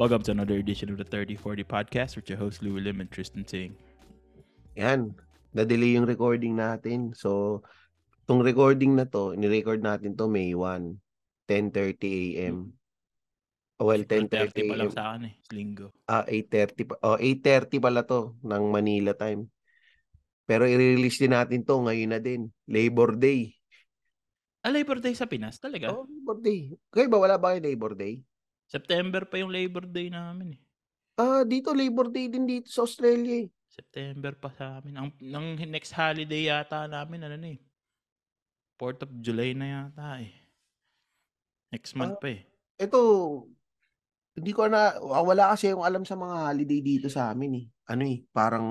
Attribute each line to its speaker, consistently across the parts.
Speaker 1: Welcome to another edition of the 3040 Podcast with your host Louie Lim and Tristan Ting.
Speaker 2: Yan, na-delay yung recording natin. So, tong recording na to, ni-record natin to May 1, 10.30 a.m. Oh, Well,
Speaker 1: 10.30
Speaker 2: 10.30
Speaker 1: Hmm. pa lang
Speaker 2: a.m.
Speaker 1: sa akin eh. It's Linggo.
Speaker 2: Ah, 8.30 pa. Oh, 8.30 pala to ng Manila time. Pero i-release din natin to ngayon na din. Labor Day.
Speaker 1: Ah, Labor Day sa Pinas talaga.
Speaker 2: Oh, Labor Day. Kayo ba, wala ba kayo Labor Day?
Speaker 1: September pa yung Labor Day namin eh.
Speaker 2: Ah, dito Labor Day din dito sa Australia eh.
Speaker 1: September pa sa amin. Ang, ang next holiday yata namin, ano na eh. 4th of July na yata eh.
Speaker 2: Ah.
Speaker 1: Next month pa eh.
Speaker 2: Ito, hindi ko na, ah, wala kasi yung alam sa mga holiday dito sa amin eh. Ano eh, parang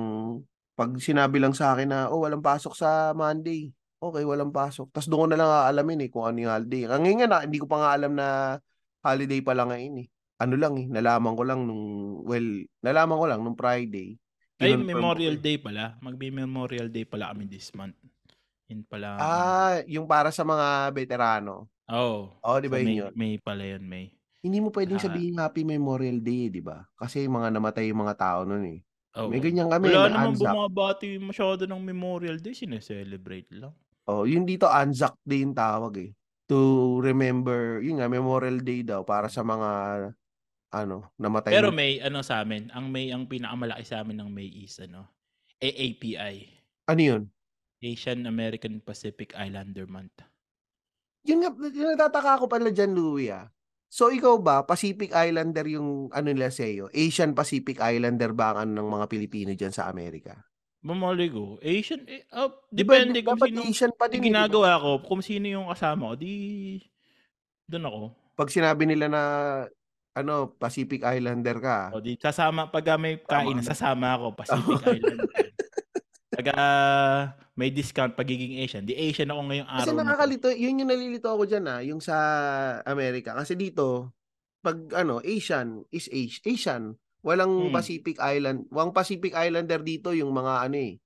Speaker 2: pag sinabi lang sa akin na, oh, walang pasok sa Monday. Okay, walang pasok. Tapos doon ko na lang aalamin eh kung ano yung holiday. Ang ngayon nga, na, hindi ko pa nga alam na holiday pala ngayon eh. Ano lang eh, nalaman ko lang nung, well, nalaman ko lang nung Friday.
Speaker 1: Ay,
Speaker 2: Kinonfirm ko
Speaker 1: Memorial
Speaker 2: eh.
Speaker 1: Day pala. Magbi-Memorial Day pala kami this month. Yun pala. ang-
Speaker 2: Ah, yung para sa mga veterano.
Speaker 1: Oo.
Speaker 2: Oh, di ba
Speaker 1: So,
Speaker 2: yun
Speaker 1: May,
Speaker 2: yun?
Speaker 1: May pala yun, May.
Speaker 2: Hindi mo pwedeng
Speaker 1: Ah.
Speaker 2: sabihin Happy Memorial Day, di ba? Kasi mga namatay yung mga tao nun eh.
Speaker 1: Oo.
Speaker 2: May ganyan kami,
Speaker 1: Wala
Speaker 2: may
Speaker 1: naman
Speaker 2: Anzac.
Speaker 1: bumabati masyado ng Memorial Day. Sineselebrate lang.
Speaker 2: Oh, yun dito Anzac Day yung tawag eh. To remember, yun nga Memorial Day daw para sa mga ano, namatay
Speaker 1: Pero
Speaker 2: ng-
Speaker 1: may ano sa amin, ang May, ang pinakamalaki sa amin ng May is ano, AAPI.
Speaker 2: ano yun?
Speaker 1: Asian American Pacific Islander Month.
Speaker 2: Yun nga yun natataka ko pala diyan, Louie. ah. So ikaw ba Pacific Islander yung ano nila sa iyo? Asian Pacific Islander ba ang ano ng mga Pilipino diyan sa Amerika?
Speaker 1: Mamali ko. Asian, eh, ah,
Speaker 2: Di ba,
Speaker 1: depende kung
Speaker 2: dapat
Speaker 1: sino
Speaker 2: Asian pa din.
Speaker 1: yung
Speaker 2: eh, di ba?
Speaker 1: ginagawa ko. Kung sino yung kasama ko, di, doon ako.
Speaker 2: Pag sinabi nila na ano, Pacific Islander ka.
Speaker 1: O di, sasama, pag ah, may kain,
Speaker 2: na.
Speaker 1: sasama ako, Pacific
Speaker 2: Tama na.
Speaker 1: Islander. Pag ah, may discount, pagiging Asian. Di Asian ako ngayong araw.
Speaker 2: Kasi
Speaker 1: na to.
Speaker 2: nakakalito, yun yung nalilito ako dyan ah, yung sa Amerika. Kasi dito, pag ano, Asian is Asi- Asian. Walang
Speaker 1: Hmm.
Speaker 2: Pacific Island. Wang Pacific Islander dito, yung mga ano eh,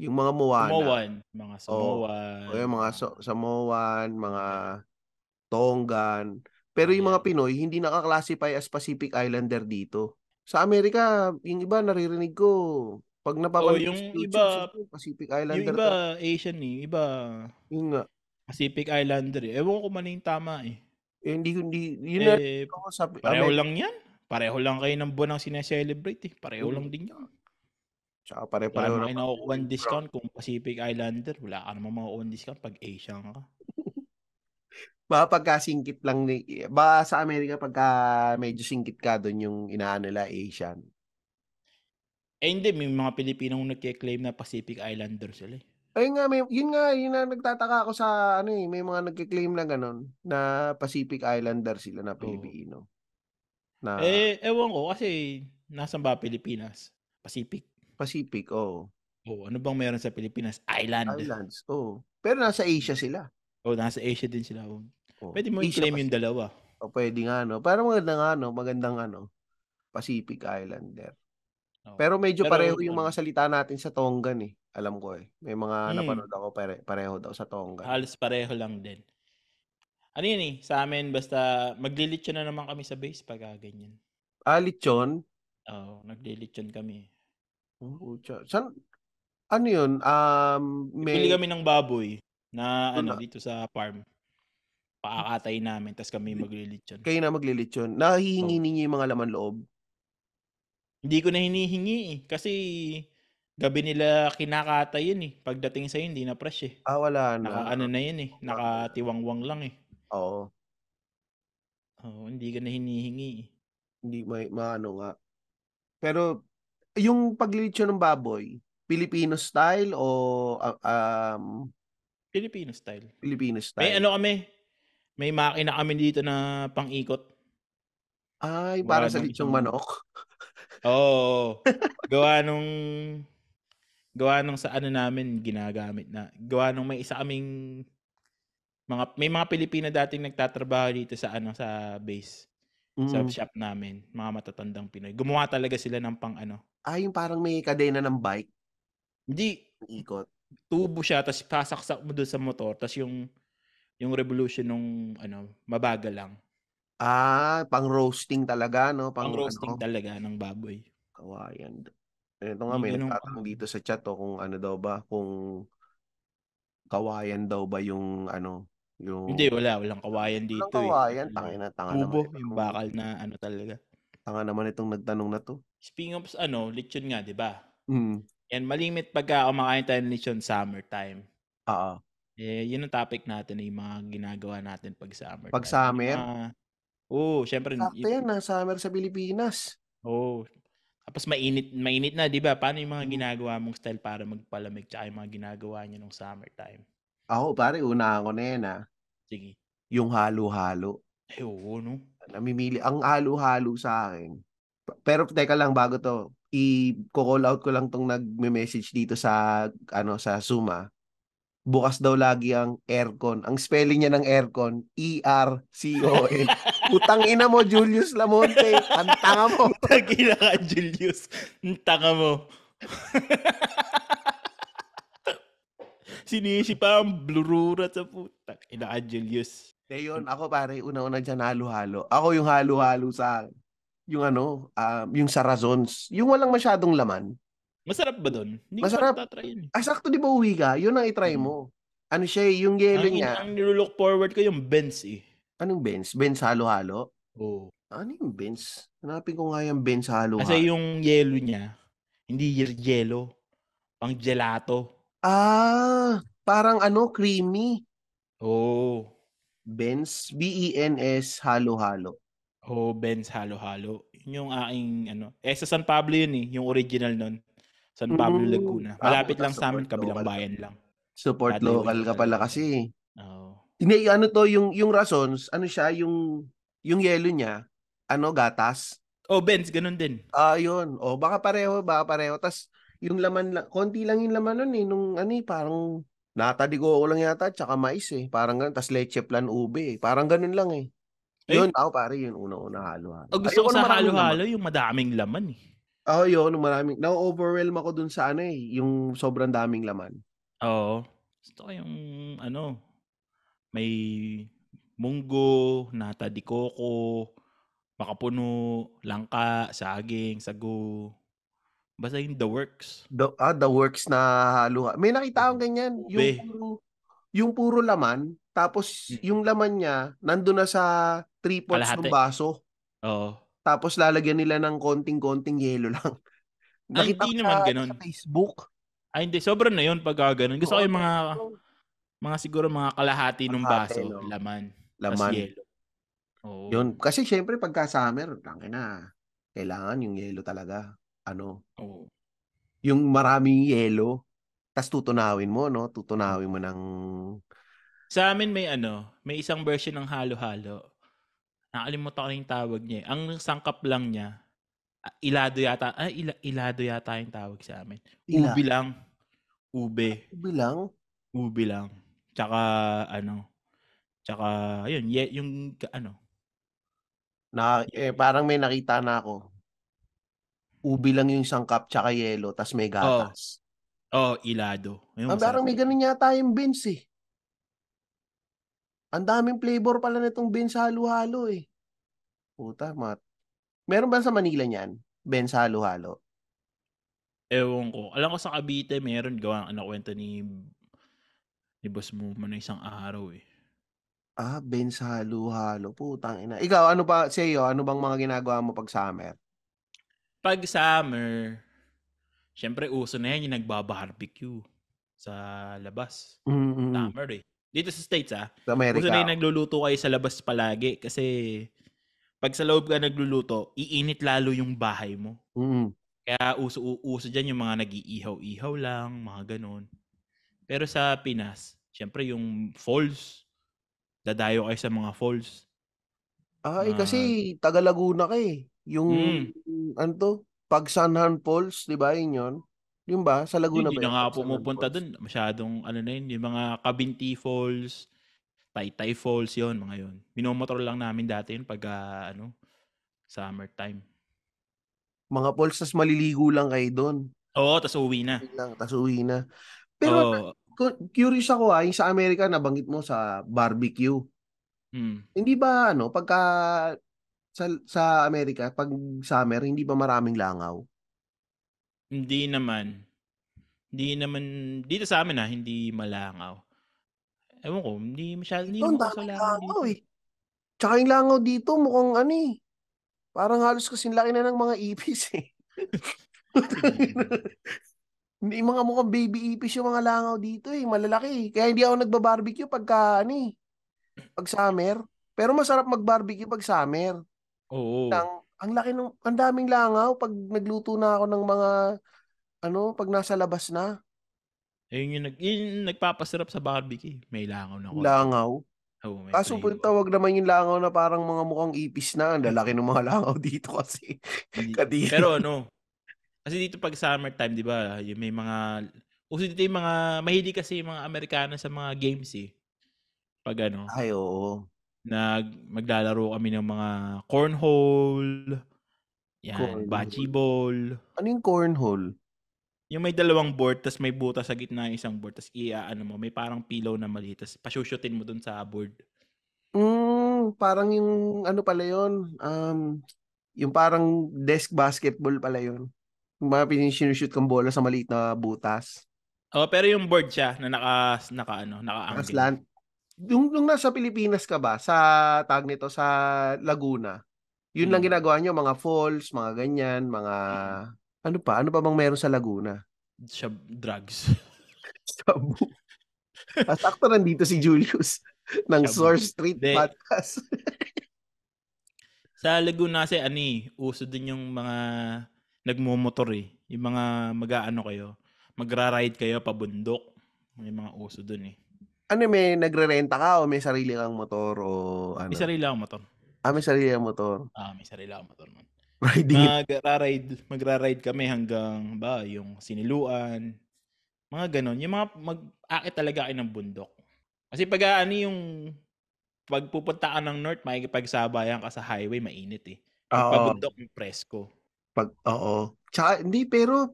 Speaker 2: yung mga Moana.
Speaker 1: Samoan. Mga Samoan.
Speaker 2: O yung mga so- Samoan, mga Tongan. Pero yung mga
Speaker 1: Yeah.
Speaker 2: Pinoy, hindi nakaklasify as Pacific Islander dito. Sa Amerika, yung iba naririnig ko, pag napapanood
Speaker 1: Oh, yung
Speaker 2: sa YouTube,
Speaker 1: iba-
Speaker 2: sabi, Pacific
Speaker 1: Yung
Speaker 2: Islander.
Speaker 1: iba,
Speaker 2: ka.
Speaker 1: Asian eh. Yung Iba,
Speaker 2: Yun nga.
Speaker 1: Pacific Islander eh. Ewan ko kung ano yung tama eh.
Speaker 2: Eh, Hindi, hindi, yun na
Speaker 1: eh
Speaker 2: ako sa
Speaker 1: pareho
Speaker 2: Amerika.
Speaker 1: lang yan. Pareho lang kayo ng buwan ang sineselebrate eh. Pareho
Speaker 2: Mm.
Speaker 1: lang din yan.
Speaker 2: Tsaka pare-pareho
Speaker 1: Wala naman
Speaker 2: lang.
Speaker 1: kayo nakukuha ng discount kung Pacific Islander. Wala ka naman makukuha ng discount pag Asian ka.
Speaker 2: Baka pagkasingkit lang ni... Ba sa Amerika pagka medyo singkit ka doon yung inaano nila Asian.
Speaker 1: Eh hindi, may mga Pilipinong nagkiklaim na Pacific Islander sila eh.
Speaker 2: Ayun nga, may, yun nga, yun na nagtataka ako sa ano eh, may mga nagkiklaim na ganun na Pacific Islander sila na Pilipino. Na
Speaker 1: eh, ewan ko kasi nasan ba Pilipinas? Pacific.
Speaker 2: Pacific, oh.
Speaker 1: Oh, ano bang meron sa Pilipinas? Island.
Speaker 2: Islands, oh. Pero nasa Asia sila.
Speaker 1: Oh, nasa Asia din sila. Oh.
Speaker 2: Oh.
Speaker 1: Pwede mo
Speaker 2: Asia
Speaker 1: i-claim yung dalawa.
Speaker 2: Pacific. Oh, pwede nga, no. Parang magandang ano, magandang ano, Pacific Islander.
Speaker 1: Oh.
Speaker 2: Pero medyo
Speaker 1: Pero,
Speaker 2: pareho yung
Speaker 1: ano,
Speaker 2: mga salita natin sa Tongan eh. Alam ko eh. May
Speaker 1: Mm.
Speaker 2: mga napanood ako pare, pareho daw sa Tongan.
Speaker 1: Halos pareho lang din. Ano yun eh, sa amin basta maglilitsyon na naman kami sa base pag ah, ganyan.
Speaker 2: Ah, lechon?
Speaker 1: Oo, oh, naglilitsyon kami.
Speaker 2: Oo, tiyo. San? Ano yun? Um,
Speaker 1: Bili
Speaker 2: may...
Speaker 1: kami ng baboy na
Speaker 2: Doon
Speaker 1: ano dito sa farm. Paakatay namin, tapos kami maglilitsyon.
Speaker 2: Kayo na maglilechon. Nahihingi ninyo yung mga laman loob.
Speaker 1: Hindi ko na hinihingi eh, kasi gabi nila kinakatay yun eh. Pagdating sa hindi na fresh eh.
Speaker 2: Ah, wala na.
Speaker 1: Naka ano na yun eh, nakatiwangwang lang eh.
Speaker 2: Oo.
Speaker 1: Oo, hindi ka na hinihingi eh.
Speaker 2: Hindi may maano nga. Pero yung paglilechon ng baboy, Filipino style o ah, um,
Speaker 1: Filipino style.
Speaker 2: Filipino style?
Speaker 1: May ano kami, may makina kami dito na pang-ikot.
Speaker 2: Ay, para sa
Speaker 1: Maraming mm.
Speaker 2: lechong
Speaker 1: isang-
Speaker 2: manok.
Speaker 1: Oo. gawa nung gawa nung sa ano namin ginagamit na. Gawa nung may isa kaming mga may mga Pilipina dating nagtatrabaho dito sa ano sa base sa
Speaker 2: Mm.
Speaker 1: shop namin, mga matatandang Pinoy. Gumawa talaga sila ng pang ano.
Speaker 2: Ah, yung parang may kadena ng bike,
Speaker 1: Hindi
Speaker 2: ikot.
Speaker 1: tubo siya tapos pasaksak mo doon sa motor tapos yung yung revolution nung ano mabagal lang.
Speaker 2: Ah, pang roasting talaga, no?
Speaker 1: Pang roasting
Speaker 2: ano,
Speaker 1: talaga ng baboy.
Speaker 2: kawayan. Ito nga, may
Speaker 1: Yung Mm, ganun-
Speaker 2: nagtatanong dito sa chat oh, kung ano daw ba, kung kawayan daw ba yung ano, yung...
Speaker 1: Hindi, wala. Walang kawayan dito.
Speaker 2: Walang
Speaker 1: eh.
Speaker 2: kawayan,
Speaker 1: Wala.
Speaker 2: tangin na, tanga
Speaker 1: Kubo,
Speaker 2: naman.
Speaker 1: yung
Speaker 2: itong-
Speaker 1: bakal na ano talaga.
Speaker 2: Tanga naman itong nagtanong na to.
Speaker 1: Speaking of ano, lechon nga, di ba?
Speaker 2: Hmm,
Speaker 1: And malimit pagka kumakain tayo ng lechon summertime.
Speaker 2: oo.
Speaker 1: Eh, yun ang topic natin, eh, yung mga ginagawa natin pag summer.
Speaker 2: Pag
Speaker 1: time.
Speaker 2: summer?
Speaker 1: Yung mga- Oo, syempre.
Speaker 2: Sakto yan, na summer sa Pilipinas.
Speaker 1: Oo. Tapos mainit, mainit na, di ba? Paano yung mga
Speaker 2: Mm.
Speaker 1: ginagawa mong style para magpalamig tsaka yung mga ginagawa niyo nung summertime?
Speaker 2: Ako, pare, una ako na yan, ah.
Speaker 1: Sige.
Speaker 2: Yung halo-halo.
Speaker 1: Ay, oo, no?
Speaker 2: Namimili. Ang halo-halo sa akin. P- Pero teka lang, bago to, i-call out ko lang tong nagme-message dito sa, ano, sa Zoom, ah. Bukas daw lagi ang aircon. Ang spelling niya ng aircon, E E-R-C-O-N. Putang ina mo, Julius Lamonte. Ang tanga mo.
Speaker 1: Tagina ka, Julius. Ang tanga mo. Sinisip pa ang blurura sa puta. Ina ka, Julius.
Speaker 2: De, yun, ako pare, una-una dyan halo-halo. Ako yung halo-halo sa yung ano, um, yung sarazons. Yung walang masyadong laman.
Speaker 1: Masarap ba doon? Hindi ko
Speaker 2: Masarap.
Speaker 1: pa natatry yun. eh.
Speaker 2: Ay, sakto di ba uwi ka? Yun ang itry mo. Ano siya eh, yung yelo
Speaker 1: Ang,
Speaker 2: niya.
Speaker 1: ang nilulook forward ko yung Benz eh.
Speaker 2: Anong Benz? Benz halo-halo?
Speaker 1: Oo.
Speaker 2: Ano yung Benz? Hanapin ko nga yung Benz halo-halo.
Speaker 1: Kasi yung yellow niya, hindi y- yellow. Pang gelato.
Speaker 2: Ah, parang ano, creamy.
Speaker 1: Oo.
Speaker 2: Benz, B-E-N-S, E halo-halo.
Speaker 1: Oh, Benz halo-halo. Yun yung aking ano. Eh, sa San Pablo yun eh. Yung original nun. San Pablo,
Speaker 2: Mm.
Speaker 1: Laguna.
Speaker 2: Ah,
Speaker 1: Malapit
Speaker 2: puta,
Speaker 1: lang sa amin,
Speaker 2: support
Speaker 1: kabilang
Speaker 2: local.
Speaker 1: bayan lang.
Speaker 2: Support
Speaker 1: Dati
Speaker 2: local
Speaker 1: uwi
Speaker 2: ka
Speaker 1: ka
Speaker 2: pala
Speaker 1: talaga.
Speaker 2: kasi.
Speaker 1: Oo.
Speaker 2: Hindi, ano to, yung, yung razons, ano siya, yung, yung yelo niya, ano, gatas.
Speaker 1: Oh, Benz, ganun din.
Speaker 2: Ah, yun. O, baka pareho, baka pareho. Tapos, yung laman, lang, konti lang yung laman nun eh, nung ano eh, parang natadigo ko lang yata, tsaka mais eh. Parang ganun, tapos leche plan ube eh. Parang ganun lang eh.
Speaker 1: Eh?
Speaker 2: Yun, ako pare, yun, una-una halo-halo.
Speaker 1: Oh, gusto ko
Speaker 2: Ayoko ng
Speaker 1: sa
Speaker 2: maraming laman.
Speaker 1: halo-halo yung madaming laman eh.
Speaker 2: Oo, yun, yung maraming. Na-overwhelm ako dun sa ano eh, yung sobrang daming laman.
Speaker 1: Oo. Gusto ko yung ano, may munggo, nata di coco, makapuno, langka, saging, sago. Basta yung the works.
Speaker 2: The, ah, the works na halo May
Speaker 1: Mm.
Speaker 2: nakita akong ganyan. Yung
Speaker 1: Ube.
Speaker 2: puro, yung puro laman, tapos
Speaker 1: Mm.
Speaker 2: yung laman niya, nandun na sa three fourths
Speaker 1: Kalahati.
Speaker 2: ng baso.
Speaker 1: Oo.
Speaker 2: Tapos lalagyan nila ng konting-konting yelo lang.
Speaker 1: Ah,
Speaker 2: Nakita
Speaker 1: hindi
Speaker 2: ko
Speaker 1: naman
Speaker 2: sa,
Speaker 1: ganun.
Speaker 2: sa Facebook.
Speaker 1: Ay, hindi. Sobrang na yun pag ah, ganun. Gusto ko yung mga, mga siguro mga kalahati ng
Speaker 2: Kalahati,
Speaker 1: baso.
Speaker 2: no?
Speaker 1: Laman. tas
Speaker 2: Laman.
Speaker 1: yelo. Oo.
Speaker 2: Yun. Kasi syempre pagka summer, tangin na. Kailangan yung yelo talaga. Ano?
Speaker 1: Oo.
Speaker 2: Yung maraming yelo. Tapos tutunawin mo, no? Tutunawin mo ng...
Speaker 1: Sa amin may ano, may isang version ng halo-halo. Nakalimutan ko na yung tawag niya. eh. Ang sangkap lang niya, ah, ilado yata, ah, ila- ilado yata yung tawag sa amin.
Speaker 2: Ila.
Speaker 1: Ubi lang. Ube.
Speaker 2: Bilang.
Speaker 1: Ubi lang. Tsaka, ano, tsaka, yun, ye, yung, ka- ano,
Speaker 2: Na, eh, parang may nakita na ako. Ubi lang yung sangkap tsaka yelo, tapos may gatas.
Speaker 1: oh, ilado. Yung
Speaker 2: Ang Ah, parang may ganun yata yung beans eh. Ang daming flavor pala nitong beans halo-halo eh. Puta, mat. Meron ba sa Manila niyan? Beans halo-halo.
Speaker 1: Ewan ko. Alam ko sa Cavite, meron gawa ang kwento ni ni boss mo na isang araw eh.
Speaker 2: Ah, beans halo-halo. Putang ina. Ikaw, ano pa sa iyo? Ano bang mga ginagawa mo pag summer?
Speaker 1: Pag summer, syempre uso na yan yung nagba-barbecue sa labas.
Speaker 2: Mm-mm.
Speaker 1: Summer eh. Dito sa States ah.
Speaker 2: Sa
Speaker 1: Uso na
Speaker 2: Amerika.
Speaker 1: yung nagluluto kayo sa labas palagi kasi pag sa loob ka nagluluto, iinit lalo yung bahay mo.
Speaker 2: Mm-mm.
Speaker 1: Kaya uso, u- uso dyan yung mga nag-iihaw-ihaw lang, mga ganun. Pero sa Pinas, syempre yung falls, dadayo kayo sa mga falls.
Speaker 2: Ay,
Speaker 1: Ah.
Speaker 2: kasi taga Laguna ka eh. Yung
Speaker 1: Mm.
Speaker 2: ano to? Pag San Juan Falls, 'di ba? Yun yun. Yun ba? Sa Laguna
Speaker 1: Hindi
Speaker 2: ba?
Speaker 1: na
Speaker 2: yun?
Speaker 1: nga
Speaker 2: Pag San Juan
Speaker 1: pumupunta
Speaker 2: Falls?
Speaker 1: doon. Masyadong ano na yun, yung mga Kabinti Falls, Taytay Falls yon mga yon. Minomotor lang namin dati yun pag ah, ano, summertime.
Speaker 2: Mga falls tas maliligo lang kayo doon.
Speaker 1: Oo, tas uwi na.
Speaker 2: Yun lang, tas uwi na.
Speaker 1: Pero,
Speaker 2: Pero Cu- Curious ako ah, yung sa Amerika nabanggit mo sa barbecue.
Speaker 1: Mm.
Speaker 2: Hindi ba ano, pagka sa, sa Amerika, pag summer, hindi ba maraming langaw?
Speaker 1: Hindi naman. Hindi naman, dito sa amin ah, hindi malangaw. Ewan ko, hindi masyadong, hindi
Speaker 2: Ito, ang
Speaker 1: naman ako sa
Speaker 2: daming
Speaker 1: langaw
Speaker 2: langaw
Speaker 1: dito.
Speaker 2: eh. Tsaka yung langaw dito, mukhang ano eh. Parang halos kasing laki na ng mga ipis eh. Hindi yung mga mukhang baby ipis yung mga langaw dito eh. Malalaki eh. Kaya hindi ako nagbabarbecue pagka ano eh. Pag summer. Pero masarap magbarbecue pag summer.
Speaker 1: Oo.
Speaker 2: Ang, ang laki ng, ang daming langaw pag nagluto na ako ng mga, ano, pag nasa labas na,
Speaker 1: Ayun yung, nag, yun yung nagpapasarap sa barbecue. eh. May langaw na ko.
Speaker 2: langaw.
Speaker 1: Oo, may
Speaker 2: Kaso po
Speaker 1: flavor.
Speaker 2: yung tawag naman yung langaw na parang mga mukhang ipis na. Ang lalaki ng mga langaw dito kasi.
Speaker 1: Hindi-
Speaker 2: Kadiri.
Speaker 1: Pero ano, kasi dito pag summertime, di ba, yung may mga, uso dito yung mga, mahilig kasi yung mga Amerikano sa mga games eh. Pag ano,
Speaker 2: Ay, oo.
Speaker 1: nag, maglalaro kami ng mga cornhole, yan,
Speaker 2: Cornhole.
Speaker 1: bocce ball,
Speaker 2: Ano yung cornhole?
Speaker 1: yung may dalawang board, tas may butas sa gitna ng isang board, tas iaano mo, may parang pillow na maliit, tas pasyushutin mo dun sa board.
Speaker 2: Mm, parang yung ano pala yun, um, yung parang desk basketball pala yun. Yung mga pinisinushot kang bola sa maliit na butas.
Speaker 1: Oh, pero yung board siya na naka naka ano, naka
Speaker 2: Nakaslant. Nung, nung nasa Pilipinas ka ba, sa tag nito, sa Laguna, yun
Speaker 1: Mm.
Speaker 2: lang ginagawa nyo, mga falls, mga ganyan, mga... Ano pa? Ano pa bang meron sa Laguna?
Speaker 1: Siya drugs.
Speaker 2: Shabu. At sakto nandito si Julius ng
Speaker 1: Shabu.
Speaker 2: Source Street
Speaker 1: Hindi.
Speaker 2: Podcast.
Speaker 1: Sa Laguna kasi ano eh, uso din yung mga nagmumotor eh. Yung mga mag-aano kayo, magra-ride kayo pabundok. May mga uso dun eh.
Speaker 2: Ano, may nagre-renta ka o may sarili kang motor o ano?
Speaker 1: May sarili akong motor.
Speaker 2: Ah, may sarili kang motor.
Speaker 1: Ah, may sarili akong motor man. Ah,
Speaker 2: Riding
Speaker 1: Magra-ride, magra-ride kami hanggang ba yung Siniluan. Mga ganon. Yung mga mag-aakit talaga kayo ng bundok. Kasi pag ano yung pagpupunta ka ng north, makikipagsabayan ka sa highway, mainit eh. Pag
Speaker 2: Oo.
Speaker 1: pabundok, presko.
Speaker 2: Pag, oo. Tsaka, hindi, pero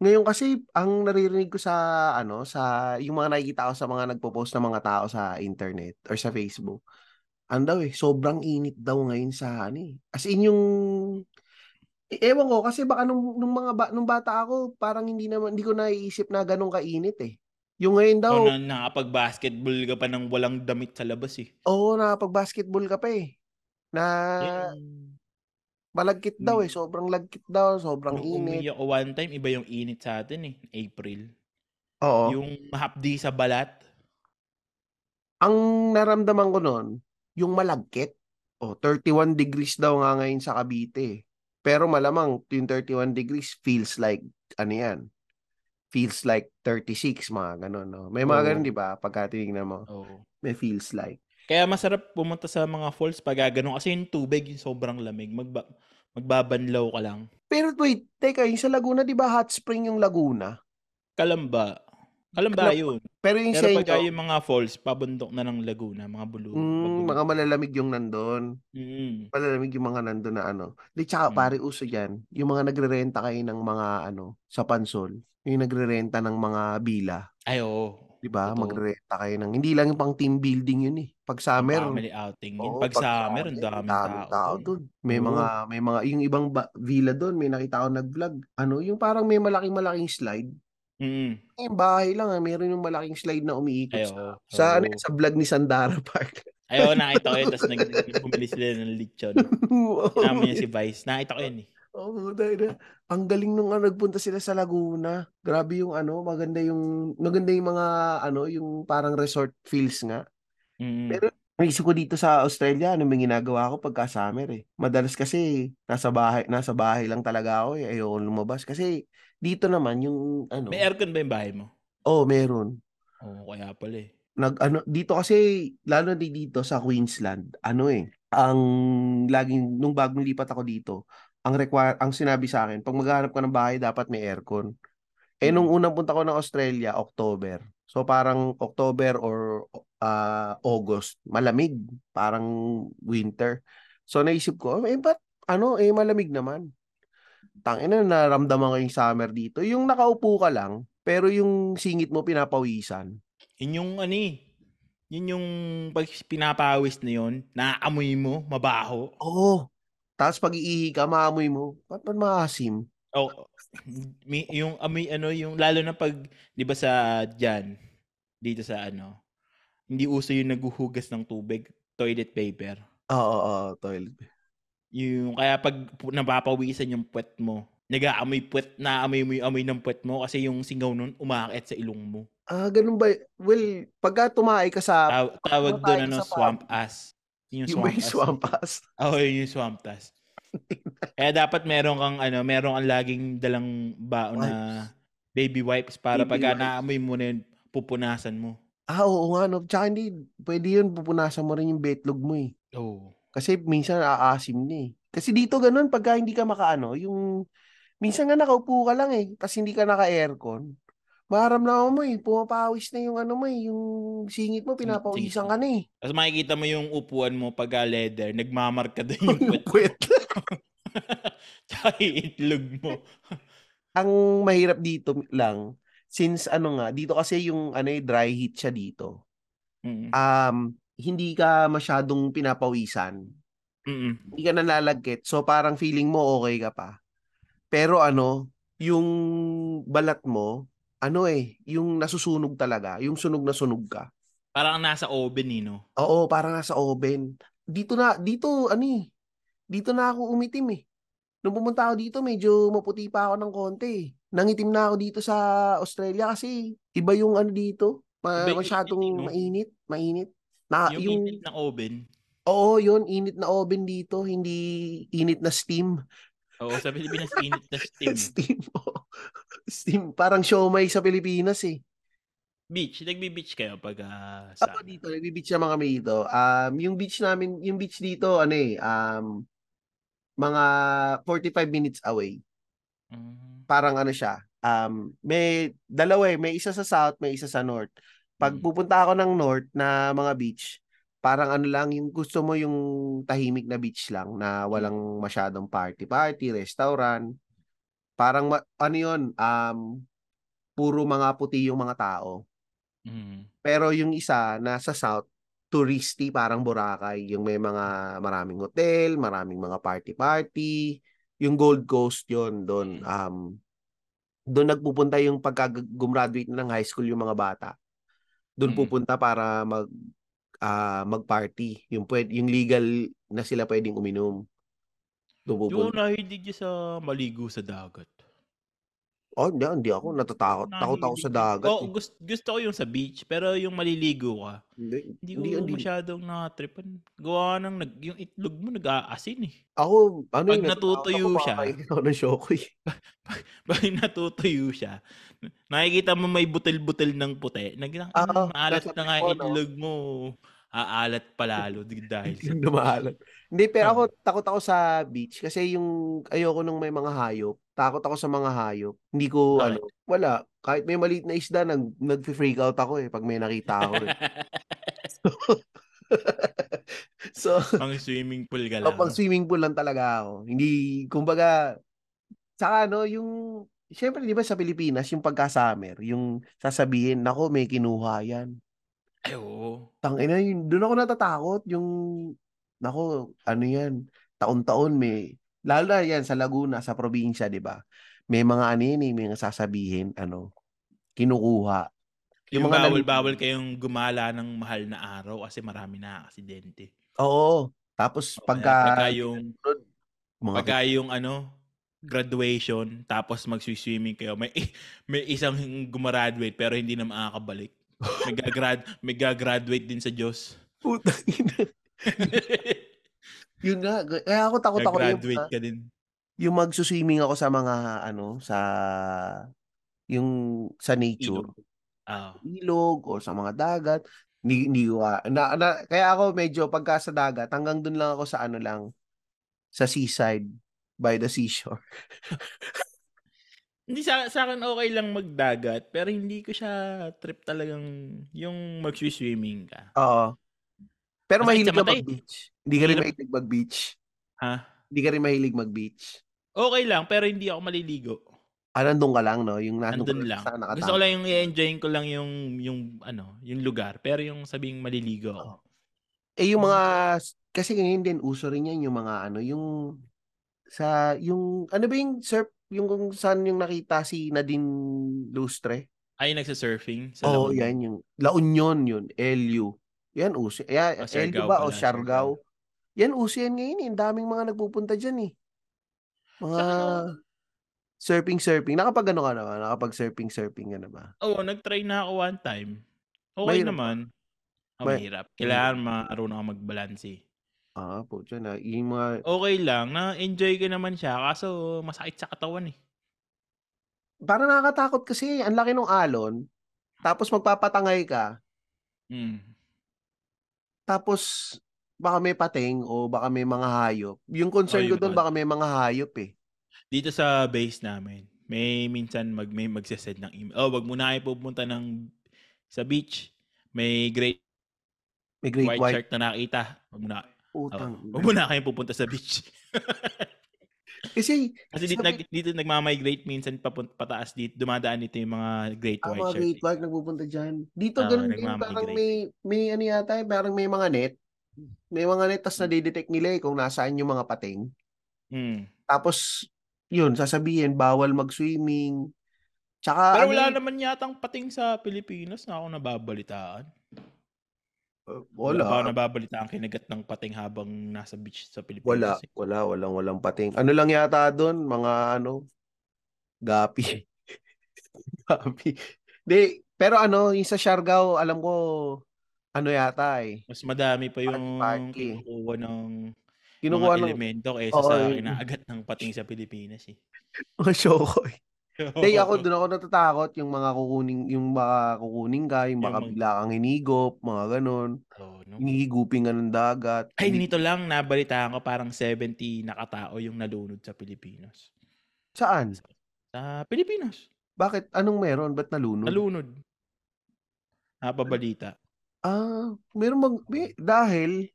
Speaker 2: ngayon kasi ang naririnig ko sa, ano, sa, yung mga nakikita ko sa mga nagpo-post ng mga tao sa internet or sa Facebook, ano daw eh, sobrang init daw ngayon sa, ano eh. As in yung, e- ewan ko, kasi baka nung, nung mga, ba, nung bata ako, parang hindi naman, hindi ko naiisip na ganun kainit eh. Yung ngayon daw,
Speaker 1: Oh, na, nakapag-basketball ka pa ng walang damit sa labas eh.
Speaker 2: oo, nakapag-basketball ka pa eh. Na,
Speaker 1: Yung-
Speaker 2: malagkit daw eh,
Speaker 1: Mm.
Speaker 2: sobrang lagkit daw, sobrang
Speaker 1: Nung
Speaker 2: init.
Speaker 1: umiyak ko one time, iba yung init sa atin eh. April.
Speaker 2: Oo.
Speaker 1: Yung hapdi sa balat.
Speaker 2: ang naramdaman ko noon, yung malagkit. O, 31 degrees daw nga ngayon sa Cavite. Pero malamang, yung 31 degrees feels like, ano yan, feels like 36, mga ganun, no? May mga
Speaker 1: Oo.
Speaker 2: ganun, di ba? Pagka tinignan mo,
Speaker 1: Oo.
Speaker 2: may feels like.
Speaker 1: Kaya masarap pumunta sa mga falls pag ganun. Kasi yung tubig, yung sobrang lamig. Magba- magbabanlaw ka lang.
Speaker 2: Pero wait, teka, yung sa Laguna, di ba hot spring yung Laguna?
Speaker 1: Kalamba. Kalamba
Speaker 2: Kalamba.
Speaker 1: yun.
Speaker 2: Pero yung
Speaker 1: Pero
Speaker 2: sa
Speaker 1: pag
Speaker 2: inyo,
Speaker 1: yung mga falls, pabundok na ng Laguna, mga bulu.
Speaker 2: mm, mga malalamig yung nandun.
Speaker 1: Mm.
Speaker 2: Malalamig yung mga nandun na ano. Di,
Speaker 1: Mm.
Speaker 2: tsaka pare, uso dyan. Yung mga nagre-renta kayo ng mga ano, sa pansol. Yung nagre-renta ng mga bila.
Speaker 1: Ay, oo.
Speaker 2: Di ba?
Speaker 1: Totoo.
Speaker 2: Magrerenta kayo ng... Hindi lang yung pang team building yun eh.
Speaker 1: Pang
Speaker 2: Pag summer,
Speaker 1: family outing. yun.
Speaker 2: oo,
Speaker 1: pag, summer, ang daming tao. dun.
Speaker 2: dun. May
Speaker 1: Oo.
Speaker 2: mga may mga yung ibang ba- villa doon, may nakita ako nag-vlog. Ano, yung parang may malaking-malaking slide.
Speaker 1: Mm.
Speaker 2: Yung bahay lang, ah, meron yung malaking slide na umiikot
Speaker 1: Ay,
Speaker 2: sa
Speaker 1: oo.
Speaker 2: sa, ano,
Speaker 1: Oo.
Speaker 2: yan, sa vlog ni Sandara Park.
Speaker 1: Ayun, nakita ko yun. Tapos nag, bumili sila ng lechon. Sinama niya si Vice. Nakita ko yun eh.
Speaker 2: Oo, dahil na. Ang galing nung ano, nagpunta sila sa Laguna. Grabe yung ano, maganda yung maganda yung mga ano, yung parang resort feels nga.
Speaker 1: Mm.
Speaker 2: Pero naisip ko dito sa Australia, ano may ginagawa ko pagka summer eh. Madalas kasi nasa bahay, nasa bahay lang talaga ako eh. Ayoko lumabas kasi dito naman yung ano,
Speaker 1: May aircon ba yung bahay mo?
Speaker 2: oh, meron.
Speaker 1: Oo, kaya pala eh.
Speaker 2: Nag ano dito kasi lalo di dito sa Queensland, ano eh, ang laging nung bagong lipat ako dito, ang require ang sinabi sa akin, pag maghahanap ka ng bahay dapat may aircon. Eh nung unang punta ko ng Australia, October. So parang October or ah, August, malamig, parang winter. So naisip ko, eh ba't ano, eh malamig naman. Tangina, naramdaman ko yung summer dito. Yung nakaupo ka lang, pero yung singit mo pinapawisan.
Speaker 1: Yun yung ano eh. Yun yung pag pinapawis na yun, naaamoy mo, mabaho.
Speaker 2: Oo. Tapos pag iihi ka, maamoy mo. Ba't ba maasim?
Speaker 1: Oh, may, yung amoy ano, yung lalo na pag 'di ba sa diyan dito sa ano, hindi uso yung naghuhugas ng tubig, toilet paper.
Speaker 2: Oo, oo, oo, toilet.
Speaker 1: Yung kaya pag pu- napapawisan yung puwet mo, nag-aamoy puwet, naamoy mo yung amoy ng puwet mo kasi yung singaw nun umaakit sa ilong mo.
Speaker 2: Ah, ganun ba? y- Well, pagka tumae ka sa...
Speaker 1: Taw- tawag
Speaker 2: tayo
Speaker 1: doon ano,
Speaker 2: sa pub.
Speaker 1: swamp ass. Yun Yung
Speaker 2: Ah, yung may
Speaker 1: swamp, ass.
Speaker 2: swamp ass.
Speaker 1: Oo, yun yung swamp ass. Kaya dapat meron kang ano, meron kang laging dalang baon na baby wipes para
Speaker 2: Baby
Speaker 1: pagka
Speaker 2: wipes.
Speaker 1: naamoy mo na yun, pupunasan mo.
Speaker 2: Ah, oo nga. No? Tsaka hindi, pwede yun. Pupunasan mo rin yung betlog mo eh.
Speaker 1: Oo.
Speaker 2: Kasi minsan aasim na eh. Kasi dito ganun, pagka hindi ka makaano, yung... Minsan nga nakaupo ka lang eh, tapos hindi ka naka-aircon. Maharam na mo eh, pumapawis na yung ano mo eh, yung singit mo, pinapawisan ka na eh.
Speaker 1: Tapos makikita mo yung upuan mo pagka leather, nagmamarka doon yung
Speaker 2: Yung
Speaker 1: puwet.
Speaker 2: puwet.
Speaker 1: Tsaka yung itlog mo.
Speaker 2: Ang mahirap dito lang, since ano nga, dito kasi yung ano eh, dry heat siya dito.
Speaker 1: Mm.
Speaker 2: Um, hindi ka masyadong pinapawisan. Ah.
Speaker 1: Mm-mm.
Speaker 2: Hindi ka nalalagkit. So parang feeling mo okay ka pa. Pero ano, yung balat mo, ano eh, yung nasusunog talaga. Yung sunog na sunog ka.
Speaker 1: Parang nasa oven eh, no?
Speaker 2: Oo, parang nasa oven. Dito na, dito, ano eh, dito na ako umitim eh. Nung pumunta ako dito, medyo maputi pa ako ng konti eh. Nangitim na ako dito sa Australia kasi iba yung ano dito. Ma-
Speaker 1: Iba yung
Speaker 2: masyadong
Speaker 1: init eh, no?
Speaker 2: mainit, mainit.
Speaker 1: yung,
Speaker 2: Na, Ah, yung,
Speaker 1: init ng oven.
Speaker 2: oo, yun, init na oven dito, hindi init na steam.
Speaker 1: Oo, sa Pilipinas, init na steam.
Speaker 2: steam, oo. steam. Parang siomay sa Pilipinas eh.
Speaker 1: Beach, nagbi-beach kayo pag ah, sa...
Speaker 2: Ako dito, nagbi-beach naman kami dito. Um, yung beach namin, yung beach dito, ano eh, um, mga 45 minutes away.
Speaker 1: Mm.
Speaker 2: Parang ano siya, um, may dalawa eh, may isa sa south, may isa sa north.
Speaker 1: Mm.
Speaker 2: Pag pupunta ako ng north na mga beach, parang ano lang, yung gusto mo yung tahimik na beach lang na walang masyadong party-party, restaurant. Parang ma- ano yun, um, puro mga puti yung mga tao.
Speaker 1: Mm.
Speaker 2: Pero yung isa nasa south, touristy parang Boracay, yung may mga maraming hotel, maraming mga party-party, yung Gold Coast yon doon.
Speaker 1: Mm.
Speaker 2: Um doon nagpupunta yung pagka gumraduate na ng high school yung mga bata. Doon
Speaker 1: Mm.
Speaker 2: pupunta para mag ah, mag-party, yung pwed- yung legal na sila pwedeng uminom. Doon
Speaker 1: Yung
Speaker 2: pupunta.
Speaker 1: nahilig niya sa maligo sa dagat.
Speaker 2: Oh, hindi, hindi ako natatakot. Takot ako
Speaker 1: Nahilig
Speaker 2: sa
Speaker 1: ako.
Speaker 2: dagat.
Speaker 1: Oo,
Speaker 2: eh.
Speaker 1: gusto, Oh, gusto ko yung sa beach, pero yung maliligo ka,
Speaker 2: Hindi,
Speaker 1: hindi ko
Speaker 2: hindi, hindi.
Speaker 1: masyadong na-tripan. Gawa ng, nag, yung itlog mo nag-aasin eh.
Speaker 2: Ako, ano
Speaker 1: Pag
Speaker 2: yun, natatakot
Speaker 1: natutuyo
Speaker 2: ako, Ano,
Speaker 1: siya.
Speaker 2: papakainin Ako ng shokoy.
Speaker 1: Pag natutuyo siya, nakikita mo may butil-butil ng puti. Nag,
Speaker 2: Ah,
Speaker 1: ano, maalat
Speaker 2: nasa
Speaker 1: na nga
Speaker 2: tipo, no?
Speaker 1: itlog mo. Aalat palalo dahil sa...
Speaker 2: Yung dumahalan. Hindi, pero ako
Speaker 1: Ah.
Speaker 2: takot ako sa beach kasi yung ayoko nung may mga hayop. Takot ako sa mga hayop. Hindi ko
Speaker 1: Bakit?
Speaker 2: ano, wala. Kahit may maliit na isda, nag, nag-freak out ako eh pag may nakita ako eh. so,
Speaker 1: Pang swimming pool ka lang.
Speaker 2: kapag swimming pool lang talaga ako. Hindi, kumbaga, saka ano, yung, syempre di ba sa Pilipinas, yung pagka-summer, yung sasabihin, nako may kinuha yan.
Speaker 1: Ay, oo.
Speaker 2: Tangina yun. Doon ako natatakot. Yung, nako, ano yan, taon-taon may, lalo na yan sa Laguna, sa probinsya, di ba? May mga ano yan, eh, may mga sasabihin, ano, kinukuha.
Speaker 1: Yung,
Speaker 2: mga
Speaker 1: bawal-bawal
Speaker 2: naliligo.
Speaker 1: kayong gumala ng mahal na araw kasi marami na aksidente.
Speaker 2: Oo. Tapos
Speaker 1: O
Speaker 2: pagka,
Speaker 1: kaya pagka yung,
Speaker 2: mga
Speaker 1: pagka yung ano, graduation, tapos magsiswimming kayo, may, may isang gumraduate pero hindi na makakabalik. May, gagrad, may gagraduate din sa Diyos.
Speaker 2: putang ina. Yun nga, kaya ako takot ako ah. yung,
Speaker 1: Gagraduate ka din.
Speaker 2: yung magsuswimming ako sa mga, ano, sa, yung sa nature.
Speaker 1: Ilog. Ah.
Speaker 2: ilog o sa mga dagat. Hindi, hindi ko, ah, na, na, kaya ako medyo pagka sa dagat, hanggang dun lang ako sa ano lang, sa seaside, by the seashore.
Speaker 1: Hindi sa, sa akin okay lang magdagat pero hindi ko siya trip talagang yung magsiswimming ka.
Speaker 2: Oo. Pero
Speaker 1: Masakit sa
Speaker 2: mahilig ka
Speaker 1: mata eh.
Speaker 2: mag-beach. Hindi ka rin
Speaker 1: Hirap.
Speaker 2: mahilig mag-beach.
Speaker 1: Ha?
Speaker 2: Hindi ka rin mahilig mag-beach.
Speaker 1: Okay lang pero hindi ako maliligo.
Speaker 2: Ah, nandun ka lang, no? Yung nandun,
Speaker 1: Andun lang.
Speaker 2: Sana nakatakas.
Speaker 1: Gusto ko lang yung i-enjoyin ko lang yung, yung, ano, yung lugar. Pero yung sabing maliligo ako.
Speaker 2: Eh, yung mga, kasi ngayon din, uso rin yan yung mga ano, yung, sa, yung, ano ba yung surf, yung kung saan yung nakita si Nadine Lustre?
Speaker 1: Ay, nagsasurfing. sa
Speaker 2: Oo, oh,
Speaker 1: Laguna.
Speaker 2: yan yung, La Union yun, LU. Yan uso. Yeah,
Speaker 1: O, Ah,
Speaker 2: LU
Speaker 1: Siargao
Speaker 2: ba?
Speaker 1: pala,
Speaker 2: O Siargao. Yan uso yan ngayon. eh. Ang daming mga nagpupunta dyan eh. Mga
Speaker 1: Sa
Speaker 2: surfing surfing. Nakapag ano ka na ba? Nakapag surfing surfing ka na ba?
Speaker 1: Oo, nag-try na ako one time. Okay
Speaker 2: Mahirap ba?
Speaker 1: naman. Oh,
Speaker 2: May-
Speaker 1: mahirap. Kailangan marunong ka mag-balance eh.
Speaker 2: Ah, po, na. Yung mga
Speaker 1: Okay lang, na-enjoy ko naman siya, kaso masakit sa katawan eh.
Speaker 2: Parang nakakatakot kasi eh. ang laki ng alon. Tapos magpapatangay ka.
Speaker 1: Mm.
Speaker 2: Tapos baka may pating o baka may mga hayop. Yung concern
Speaker 1: Oh,
Speaker 2: ko
Speaker 1: yun
Speaker 2: doon
Speaker 1: yun.
Speaker 2: baka may mga hayop eh.
Speaker 1: Dito sa base namin, may minsan mag may magsesend ng email. Oh, wag muna kayo pupunta ng sa beach. May great
Speaker 2: May great
Speaker 1: white,
Speaker 2: white,
Speaker 1: shark na nakita. Wag muna.
Speaker 2: utang.
Speaker 1: Oh, wag muna kayo pupunta sa beach.
Speaker 2: Kasi
Speaker 1: Kasi dito,
Speaker 2: Sabi-
Speaker 1: nag, dito nagmamigrate minsan papunt, pataas dito. Dumadaan dito yung mga great white eh.
Speaker 2: ang Ah,
Speaker 1: Ah,
Speaker 2: mga
Speaker 1: shark.
Speaker 2: great white nagpupunta dyan. Dito
Speaker 1: Oo,
Speaker 2: ganun din parang
Speaker 1: nagmamigrate.
Speaker 2: may may ano yata eh, parang may mga net. May mga net
Speaker 1: Hmm.
Speaker 2: tas nadidetect nila eh kung nasaan yung mga pating.
Speaker 1: Mm.
Speaker 2: Tapos yun, sasabihin bawal mag-swimming. Tsaka
Speaker 1: Pero
Speaker 2: ano
Speaker 1: wala
Speaker 2: eh,
Speaker 1: naman yatang pating sa Pilipinas na ako nababalitaan.
Speaker 2: uh, wala.
Speaker 1: ba ako nababalitaan kinagat ng pating habang nasa beach sa
Speaker 2: Wala,
Speaker 1: Pilipinas? eh?
Speaker 2: wala, walang walang pating. Ano lang yata doon, mga ano, gapi. gapi. Di, pero ano, yung sa Siargao, alam ko, ano yata eh.
Speaker 1: Mas madami pa yung
Speaker 2: Party, party.
Speaker 1: kinukuha ng
Speaker 2: Kinukuha
Speaker 1: mga
Speaker 2: ng
Speaker 1: elemento kaysa
Speaker 2: Oo,
Speaker 1: sa
Speaker 2: yun.
Speaker 1: kinagat ng pating sa Pilipinas eh.
Speaker 2: mga syoko eh. Di, ako doon ako natatakot, yung mga kukuning, yung baka kukuning ka, yung baka
Speaker 1: Yung mga-
Speaker 2: bigla kang hinigop, mga ganun.
Speaker 1: Oo, no?
Speaker 2: Mm. Hinihigupin ka ng dagat.
Speaker 1: Ay,
Speaker 2: Hindi-
Speaker 1: nito lang, nabalitaan ko parang 70 nakatao yung nalunod sa Pilipinas.
Speaker 2: Saan?
Speaker 1: Sa Pilipinas,
Speaker 2: Bakit? Anong meron? Ba't nalunod?
Speaker 1: nalunod. Napabalita.
Speaker 2: Ah, meron mag... may- dahil,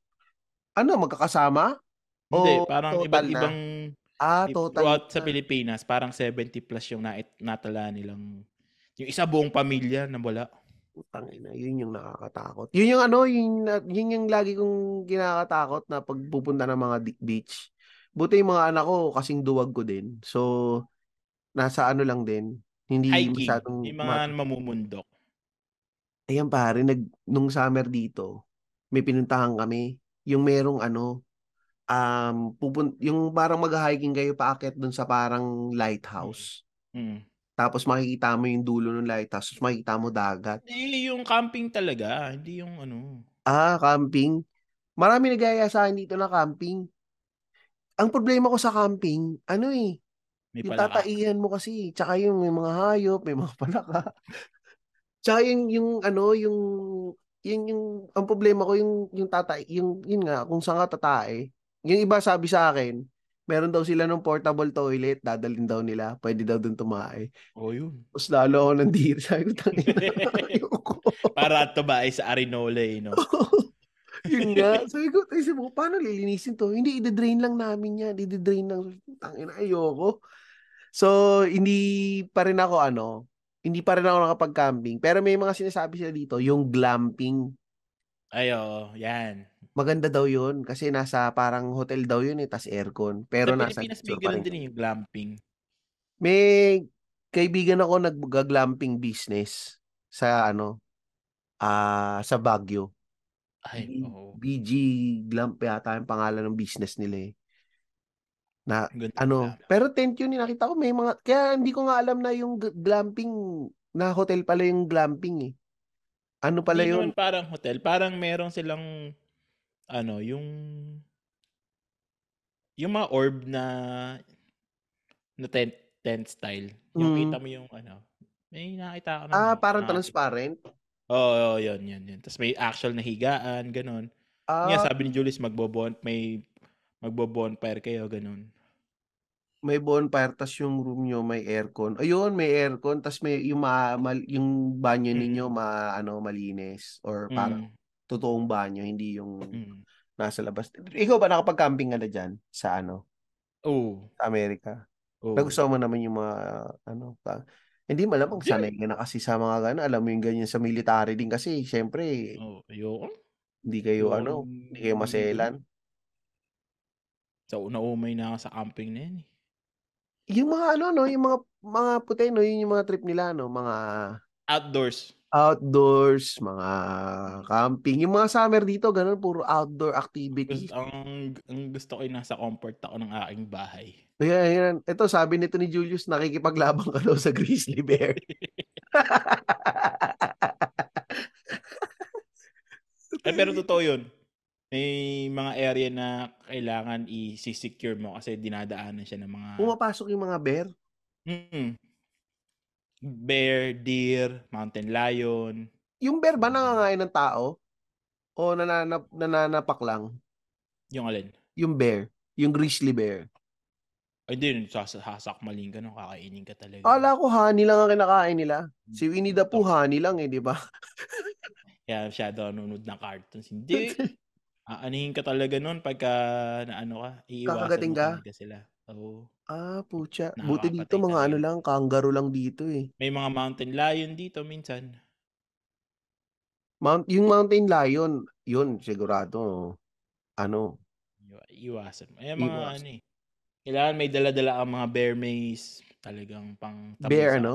Speaker 2: ano, magkakasama? O
Speaker 1: Hindi, parang
Speaker 2: total
Speaker 1: iba't
Speaker 2: na?
Speaker 1: ibang
Speaker 2: Ah,
Speaker 1: i-
Speaker 2: total.
Speaker 1: throughout sa
Speaker 2: na.
Speaker 1: Pilipinas, parang 70 plus yung nait, natala nilang yung isa buong pamilya na wala.
Speaker 2: Putang ina, yun yung nakakatakot. Yun yung ano, yun, na- yun yung lagi kong kinakatakot na pagpupunta ng mga di- beach. Buti yung mga anak ko, kasing duwag ko din. So, nasa ano lang din. Hindi
Speaker 1: Hiking,
Speaker 2: masyadong...
Speaker 1: yung mga
Speaker 2: ma-
Speaker 1: mamumundok.
Speaker 2: Ayan pare, nag, nung summer dito, may pinuntahan kami. Yung merong ano, um, pupun- yung parang mag-hiking kayo paakyat dun sa parang lighthouse.
Speaker 1: Mm.
Speaker 2: Tapos makikita mo yung dulo ng lighthouse, tapos makikita mo dagat.
Speaker 1: Hindi, yung camping talaga. Hindi yung ano.
Speaker 2: Ah, camping. Marami nagaya sa akin dito na camping. Ang problema ko sa camping, ano eh,
Speaker 1: May
Speaker 2: yung
Speaker 1: palaka.
Speaker 2: tataihan mo kasi, tsaka yung may mga hayop, may mga palaka. Tsaka yung, yung ano, yung, yung, yung, ang problema ko, yung, yung tatay, yung, yun nga, kung saan ka tatae. Yung iba sabi sa akin, meron daw sila ng portable toilet, dadalhin daw nila, pwede daw dun tumae.
Speaker 1: Oh, yun.
Speaker 2: Tapos lalo ako nandito, sabi ko, tangina, ayoko.
Speaker 1: Para to ba ay sa Arinola eh, no?
Speaker 2: Yun nga. Sabi ko, isip ko, paano lilinisin to? Hindi, ide-drain lang namin yan. Ide-drain lang. Tangin, ayoko. So, hindi pa rin ako, ano, hindi pa rin ako nakapag-camping. Pero may mga sinasabi sila dito, yung glamping.
Speaker 1: Ay, oo, yan.
Speaker 2: Maganda daw yun kasi nasa parang hotel daw yun eh, tas aircon. Pero
Speaker 1: sa
Speaker 2: nasa
Speaker 1: Pilipinas, may
Speaker 2: nature pa
Speaker 1: ganun
Speaker 2: rin.
Speaker 1: din eh, yung glamping.
Speaker 2: May kaibigan ako nag-glamping business sa ano, ah sa Baguio.
Speaker 1: Ay, oo.
Speaker 2: BG Glamp yata yung pangalan ng business nila eh. Na
Speaker 1: Ang ganda
Speaker 2: ano,
Speaker 1: ng glamping.
Speaker 2: pero tent yun, eh, nakita ko may mga kaya hindi ko nga alam na yung g- glamping na hotel pala yung glamping eh. Ano pala
Speaker 1: Hindi
Speaker 2: yun?
Speaker 1: naman parang hotel. Parang meron silang, ano, yung, yung mga orb na, na tent, tent style. Yung
Speaker 2: Mm.
Speaker 1: kita mo yung, ano, may nakita ka naman.
Speaker 2: ah,
Speaker 1: eh.
Speaker 2: parang
Speaker 1: Ah,
Speaker 2: transparent.
Speaker 1: Oo, oh, yun, yun, yun. Tapos may actual na higaan, ganun.
Speaker 2: Ah,
Speaker 1: Nga sabi ni Julius, magbobon, may magbo-bonfire kayo, ganun.
Speaker 2: may bonfire tas yung room nyo may aircon. Ayun, may aircon tas may yung ma, mal- yung banyo
Speaker 1: Mm.
Speaker 2: ninyo ma ano malinis or
Speaker 1: Mm,
Speaker 2: parang totoong banyo, hindi yung
Speaker 1: mm.
Speaker 2: nasa labas. Ikaw ba nakapag-camping ka na diyan sa ano,
Speaker 1: Oo.
Speaker 2: sa Amerika?
Speaker 1: Oo.
Speaker 2: Nagustuhan mo naman yung mga ano ka. Hindi malamang
Speaker 1: Yeah.
Speaker 2: sanay ka na kasi sa mga gana. Alam mo yung ganyan sa military din kasi. Siyempre,
Speaker 1: Oo, ayoko.
Speaker 2: hindi kayo
Speaker 1: Ayoko
Speaker 2: ano,
Speaker 1: ng-
Speaker 2: hindi kayo maselan.
Speaker 1: Sa una-umay na ako sa camping na yan. eh.
Speaker 2: Yung mga ano no, yung mga mga puti no, yun yung mga trip nila no, mga
Speaker 1: Outdoors.
Speaker 2: outdoors, mga camping. Yung mga summer dito, ganun, puro outdoor activities.
Speaker 1: Gusto, ang, ang gusto ko yung nasa comfort ako ng aking bahay.
Speaker 2: Ayan, ayan. Ito, sabi nito ni Julius, nakikipaglabang ka daw sa grizzly bear.
Speaker 1: Eh, pero totoo yun. May mga area na kailangan i-secure mo kasi dinadaanan siya ng mga
Speaker 2: Pumapasok yung mga bear.
Speaker 1: Mm. bear, deer, mountain lion.
Speaker 2: Yung bear ba nangangain ng tao? O nananap, nananapak lang?
Speaker 1: Yung alin?
Speaker 2: Yung bear. Yung grizzly bear.
Speaker 1: Ay, hindi yun. Sas- Sasakmalin ka nun. Kakainin ka talaga.
Speaker 2: Akala ko honey lang ang kinakain nila.
Speaker 1: Mm.
Speaker 2: Si Winnie the Pooh,
Speaker 1: Totoo.
Speaker 2: honey lang eh, di ba?
Speaker 1: Kaya masyado nanonood ng cartoons. Hindi. Aanihin ka talaga nun pagka na ano ka. Iiwasan
Speaker 2: Kakagating
Speaker 1: mo
Speaker 2: ka?
Speaker 1: talaga sila. Oo.
Speaker 2: Ah, pucha.
Speaker 1: Nakakapatay
Speaker 2: Buti dito, mga
Speaker 1: tayo.
Speaker 2: ano lang, kangaroo lang dito eh.
Speaker 1: May mga mountain lion dito minsan.
Speaker 2: Mount, yung mountain lion, yun, sigurado. Ano?
Speaker 1: Iwa- Iwasan mo. Ayan mga
Speaker 2: Iwasan.
Speaker 1: ano eh. Kailangan may dala-dala ang mga bear maze. Talagang pang tabi sa-
Speaker 2: Bear, ano?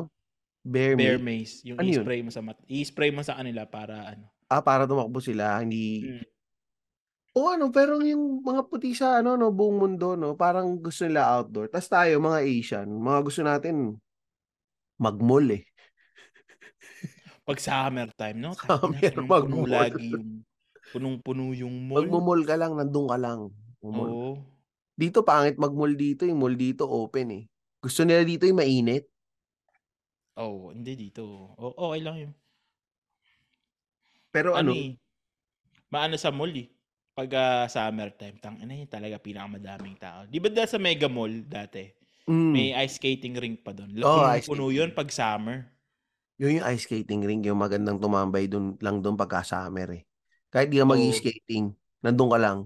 Speaker 2: Bear,
Speaker 1: Bear
Speaker 2: meat.
Speaker 1: maze. Yung
Speaker 2: Ano yun?
Speaker 1: i-spray mo sa mat- i-spray mo sa kanila para ano.
Speaker 2: Ah, para tumakbo sila, hindi...
Speaker 1: Mm.
Speaker 2: O ano, pero yung mga puti sa ano, no, buong mundo, no, parang gusto nila outdoor. Tapos tayo, mga Asian, mga gusto natin mag-mall eh.
Speaker 1: Pag summer time, no?
Speaker 2: Summer,
Speaker 1: Tangina, punong-puno
Speaker 2: mag-mall.
Speaker 1: lagi yung punong-puno yung mall.
Speaker 2: Mag-mall ka lang, nandun ka lang. Mall.
Speaker 1: Oo.
Speaker 2: Dito, pangit mag-mall dito, yung mall dito open eh. Gusto nila dito yung mainit.
Speaker 1: Oh, hindi dito. Oo, oh, okay lang yun.
Speaker 2: Pero
Speaker 1: ano,
Speaker 2: ano,
Speaker 1: eh, maano sa mall eh. Pag ah, summer time, tang ina yun talaga pinakamadaming tao. Di ba dahil sa mega mall dati?
Speaker 2: mm,
Speaker 1: May ice skating rink pa doon.
Speaker 2: Oo,
Speaker 1: Laking
Speaker 2: Oh, ice
Speaker 1: puno
Speaker 2: skating.
Speaker 1: yun pag summer.
Speaker 2: yun yung ice skating ring, yung magandang tumambay dun, lang dun pagka summer eh. Kahit di ka mag-skating, nandun ka lang.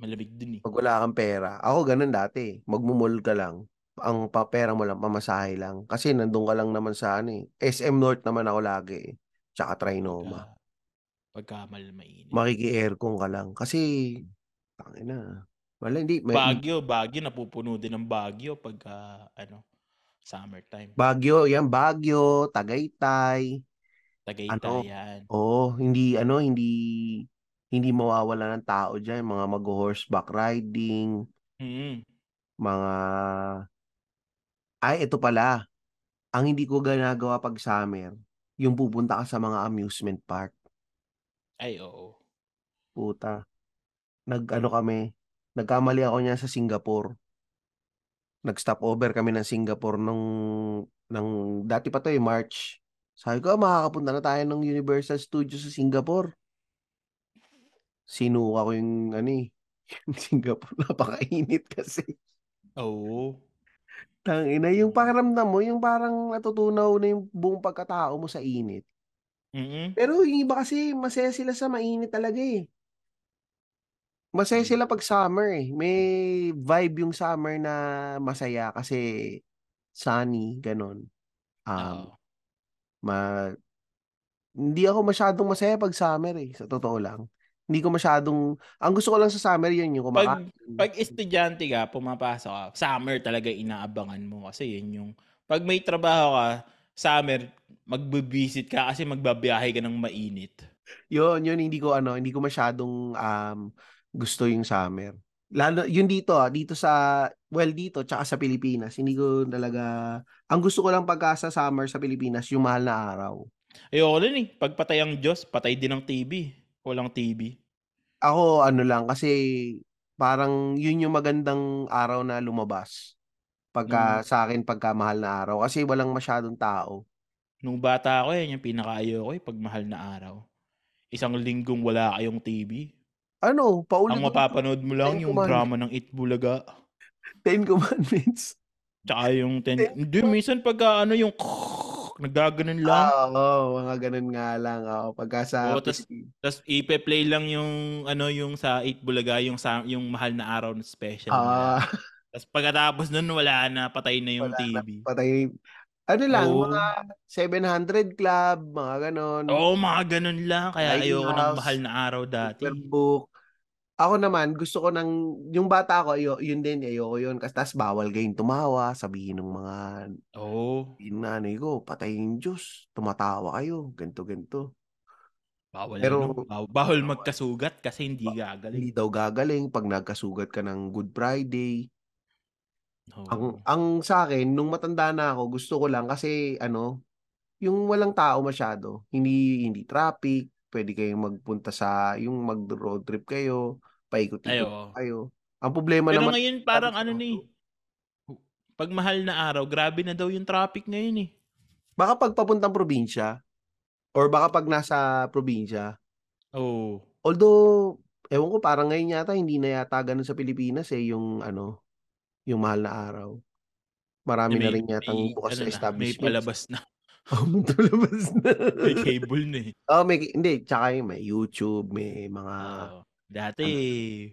Speaker 1: Malamig dun eh.
Speaker 2: Pag wala kang pera. Ako ganun dati. Magmumol ka lang. Ang pa- pera mo lang, pamasahe lang. Kasi nandun ka lang naman sa ano eh. SM North naman ako lagi eh. Tsaka Trinoma.
Speaker 1: Pagka, pagka mal- mainit.
Speaker 2: Makiki-aircon ka lang. Kasi, tangin na. Wala, hindi. May,
Speaker 1: Bagyo, Bagyo, napupuno din ng Bagyo pagka, ano, summertime.
Speaker 2: Bagyo, yan. Bagyo, Tagaytay.
Speaker 1: Tagaytayan.
Speaker 2: Oo, hindi, ano, hindi, hindi mawawala ng tao dyan. Mga mag-horseback riding,
Speaker 1: Mm.
Speaker 2: mga... Ay, ito pala. Ang hindi ko ginagawa pag summer, yung pupunta ka sa mga amusement park.
Speaker 1: Ay, oo.
Speaker 2: Puta. Nag, ano kami, nagkamali ako niya sa Singapore. Nag-stopover kami ng Singapore nung, nung dati pa to eh, March. Sabi ko, ah, makakapunta na tayo ng Universal Studios sa Singapore. Sinuka ko yung, ano eh, yung Singapore. Napakainit kasi.
Speaker 1: Oo.
Speaker 2: Tangina, yung pakiramdam mo, yung parang natutunaw na yung buong pagkatao mo sa init.
Speaker 1: Mm-mm.
Speaker 2: Pero yung iba kasi, masaya sila sa mainit talaga eh. Masaya
Speaker 1: Hmm.
Speaker 2: sila pag summer eh. May vibe yung summer na masaya kasi sunny, ganun.
Speaker 1: Oo.
Speaker 2: Um, ma- hindi ako masyadong masaya pag summer eh, sa totoo lang. Hindi ko masyadong, ang gusto ko lang sa summer yun, yung kumakain.
Speaker 1: Pag estudyante ka, pumapasok ka, summer talaga inaabangan mo kasi yun yung pag may trabaho ka, summer magbe-visit ka kasi magbabiyahe ka ng mainit.
Speaker 2: Yun, yun, hindi ko ano, hindi ko masyadong um, gusto yung summer. Lalo, yun dito, ah, dito sa, well, dito, tsaka sa Pilipinas, hindi ko talaga, ang gusto ko lang pagka sa summer sa Pilipinas, yung mahal na araw.
Speaker 1: Ayoko din eh. Pag patay ang Diyos, patay din ang TV. Walang TV.
Speaker 2: Ako, ano lang, kasi parang yun yung magandang araw na
Speaker 1: Mm.
Speaker 2: lumabas. Pagka, sa akin, pagka mahal na araw. Kasi walang masyadong tao.
Speaker 1: Nung bata ako, yan yung pinakaayo ko eh, pag mahal na araw. Isang linggong wala kayong TV.
Speaker 2: Ano, paulit
Speaker 1: Ang mapapanood mo lang
Speaker 2: Ten
Speaker 1: yung
Speaker 2: Commandments.
Speaker 1: drama ng Itbulaga.
Speaker 2: 10 commandments.
Speaker 1: Tsaka yung ten...
Speaker 2: Ten
Speaker 1: Hindi, minsan pag ano yung... Nagdaganan lang.
Speaker 2: Ah, Oo, mga ganun nga lang. Oo, pagka sa
Speaker 1: Oo, tas-
Speaker 2: Pilipinas.
Speaker 1: Tapos ipe-play lang yung ano yung sa 8 Bulaga yung sa, yung mahal na araw na special. nila.
Speaker 2: Ah,
Speaker 1: Tapos pagkatapos nun, wala na, patay na yung
Speaker 2: Wala na.
Speaker 1: TV.
Speaker 2: Patay. Ano lang,
Speaker 1: Oo.
Speaker 2: mga 700 Club, mga ganon.
Speaker 1: Oo, mga ganun lang. Kaya
Speaker 2: Lighthouse,
Speaker 1: ayoko ng mahal na araw dati.
Speaker 2: Picture book. Ako naman, gusto ko ng, yung bata ko, ayo, yun din, ayoko yun. Kasi tas bawal kayong tumawa, sabihin ng mga
Speaker 1: Oo,
Speaker 2: yung nanay ko, patayin yung Diyos, tumatawa kayo, ganto ganto.
Speaker 1: bawal
Speaker 2: Pero-
Speaker 1: ano, baw- bawal
Speaker 2: Bawal.
Speaker 1: magkasugat kasi hindi
Speaker 2: Hindi
Speaker 1: gagaling.
Speaker 2: daw gagaling pag nagkasugat ka ng Good Friday.
Speaker 1: Oo.
Speaker 2: Ang ang sa akin nung matanda na ako, gusto ko lang kasi ano, yung walang tao masyado, hindi hindi traffic, pwede kayong magpunta sa yung mag road trip kayo,
Speaker 1: Ay,
Speaker 2: paikot-ikot
Speaker 1: oo.
Speaker 2: kayo. Ang problema
Speaker 1: Pero
Speaker 2: naman
Speaker 1: ngayon parang
Speaker 2: Sabi
Speaker 1: ano
Speaker 2: ko,
Speaker 1: ni, pag mahal na araw, grabe na daw yung traffic ngayon eh.
Speaker 2: baka pag papuntang probinsya or baka pag nasa probinsya,
Speaker 1: Oo.
Speaker 2: although ewan ko parang ngayon yata hindi na yata ganun sa Pilipinas eh yung ano, yung mahal na araw. Marami na
Speaker 1: May-
Speaker 2: rin yatang
Speaker 1: may,
Speaker 2: bukas
Speaker 1: ano
Speaker 2: sa
Speaker 1: na, May
Speaker 2: establishment.
Speaker 1: palabas na.
Speaker 2: Oh, may palabas na.
Speaker 1: May cable na eh.
Speaker 2: Oh, may hindi, tsaka yung may YouTube, may mga
Speaker 1: Oo. dati,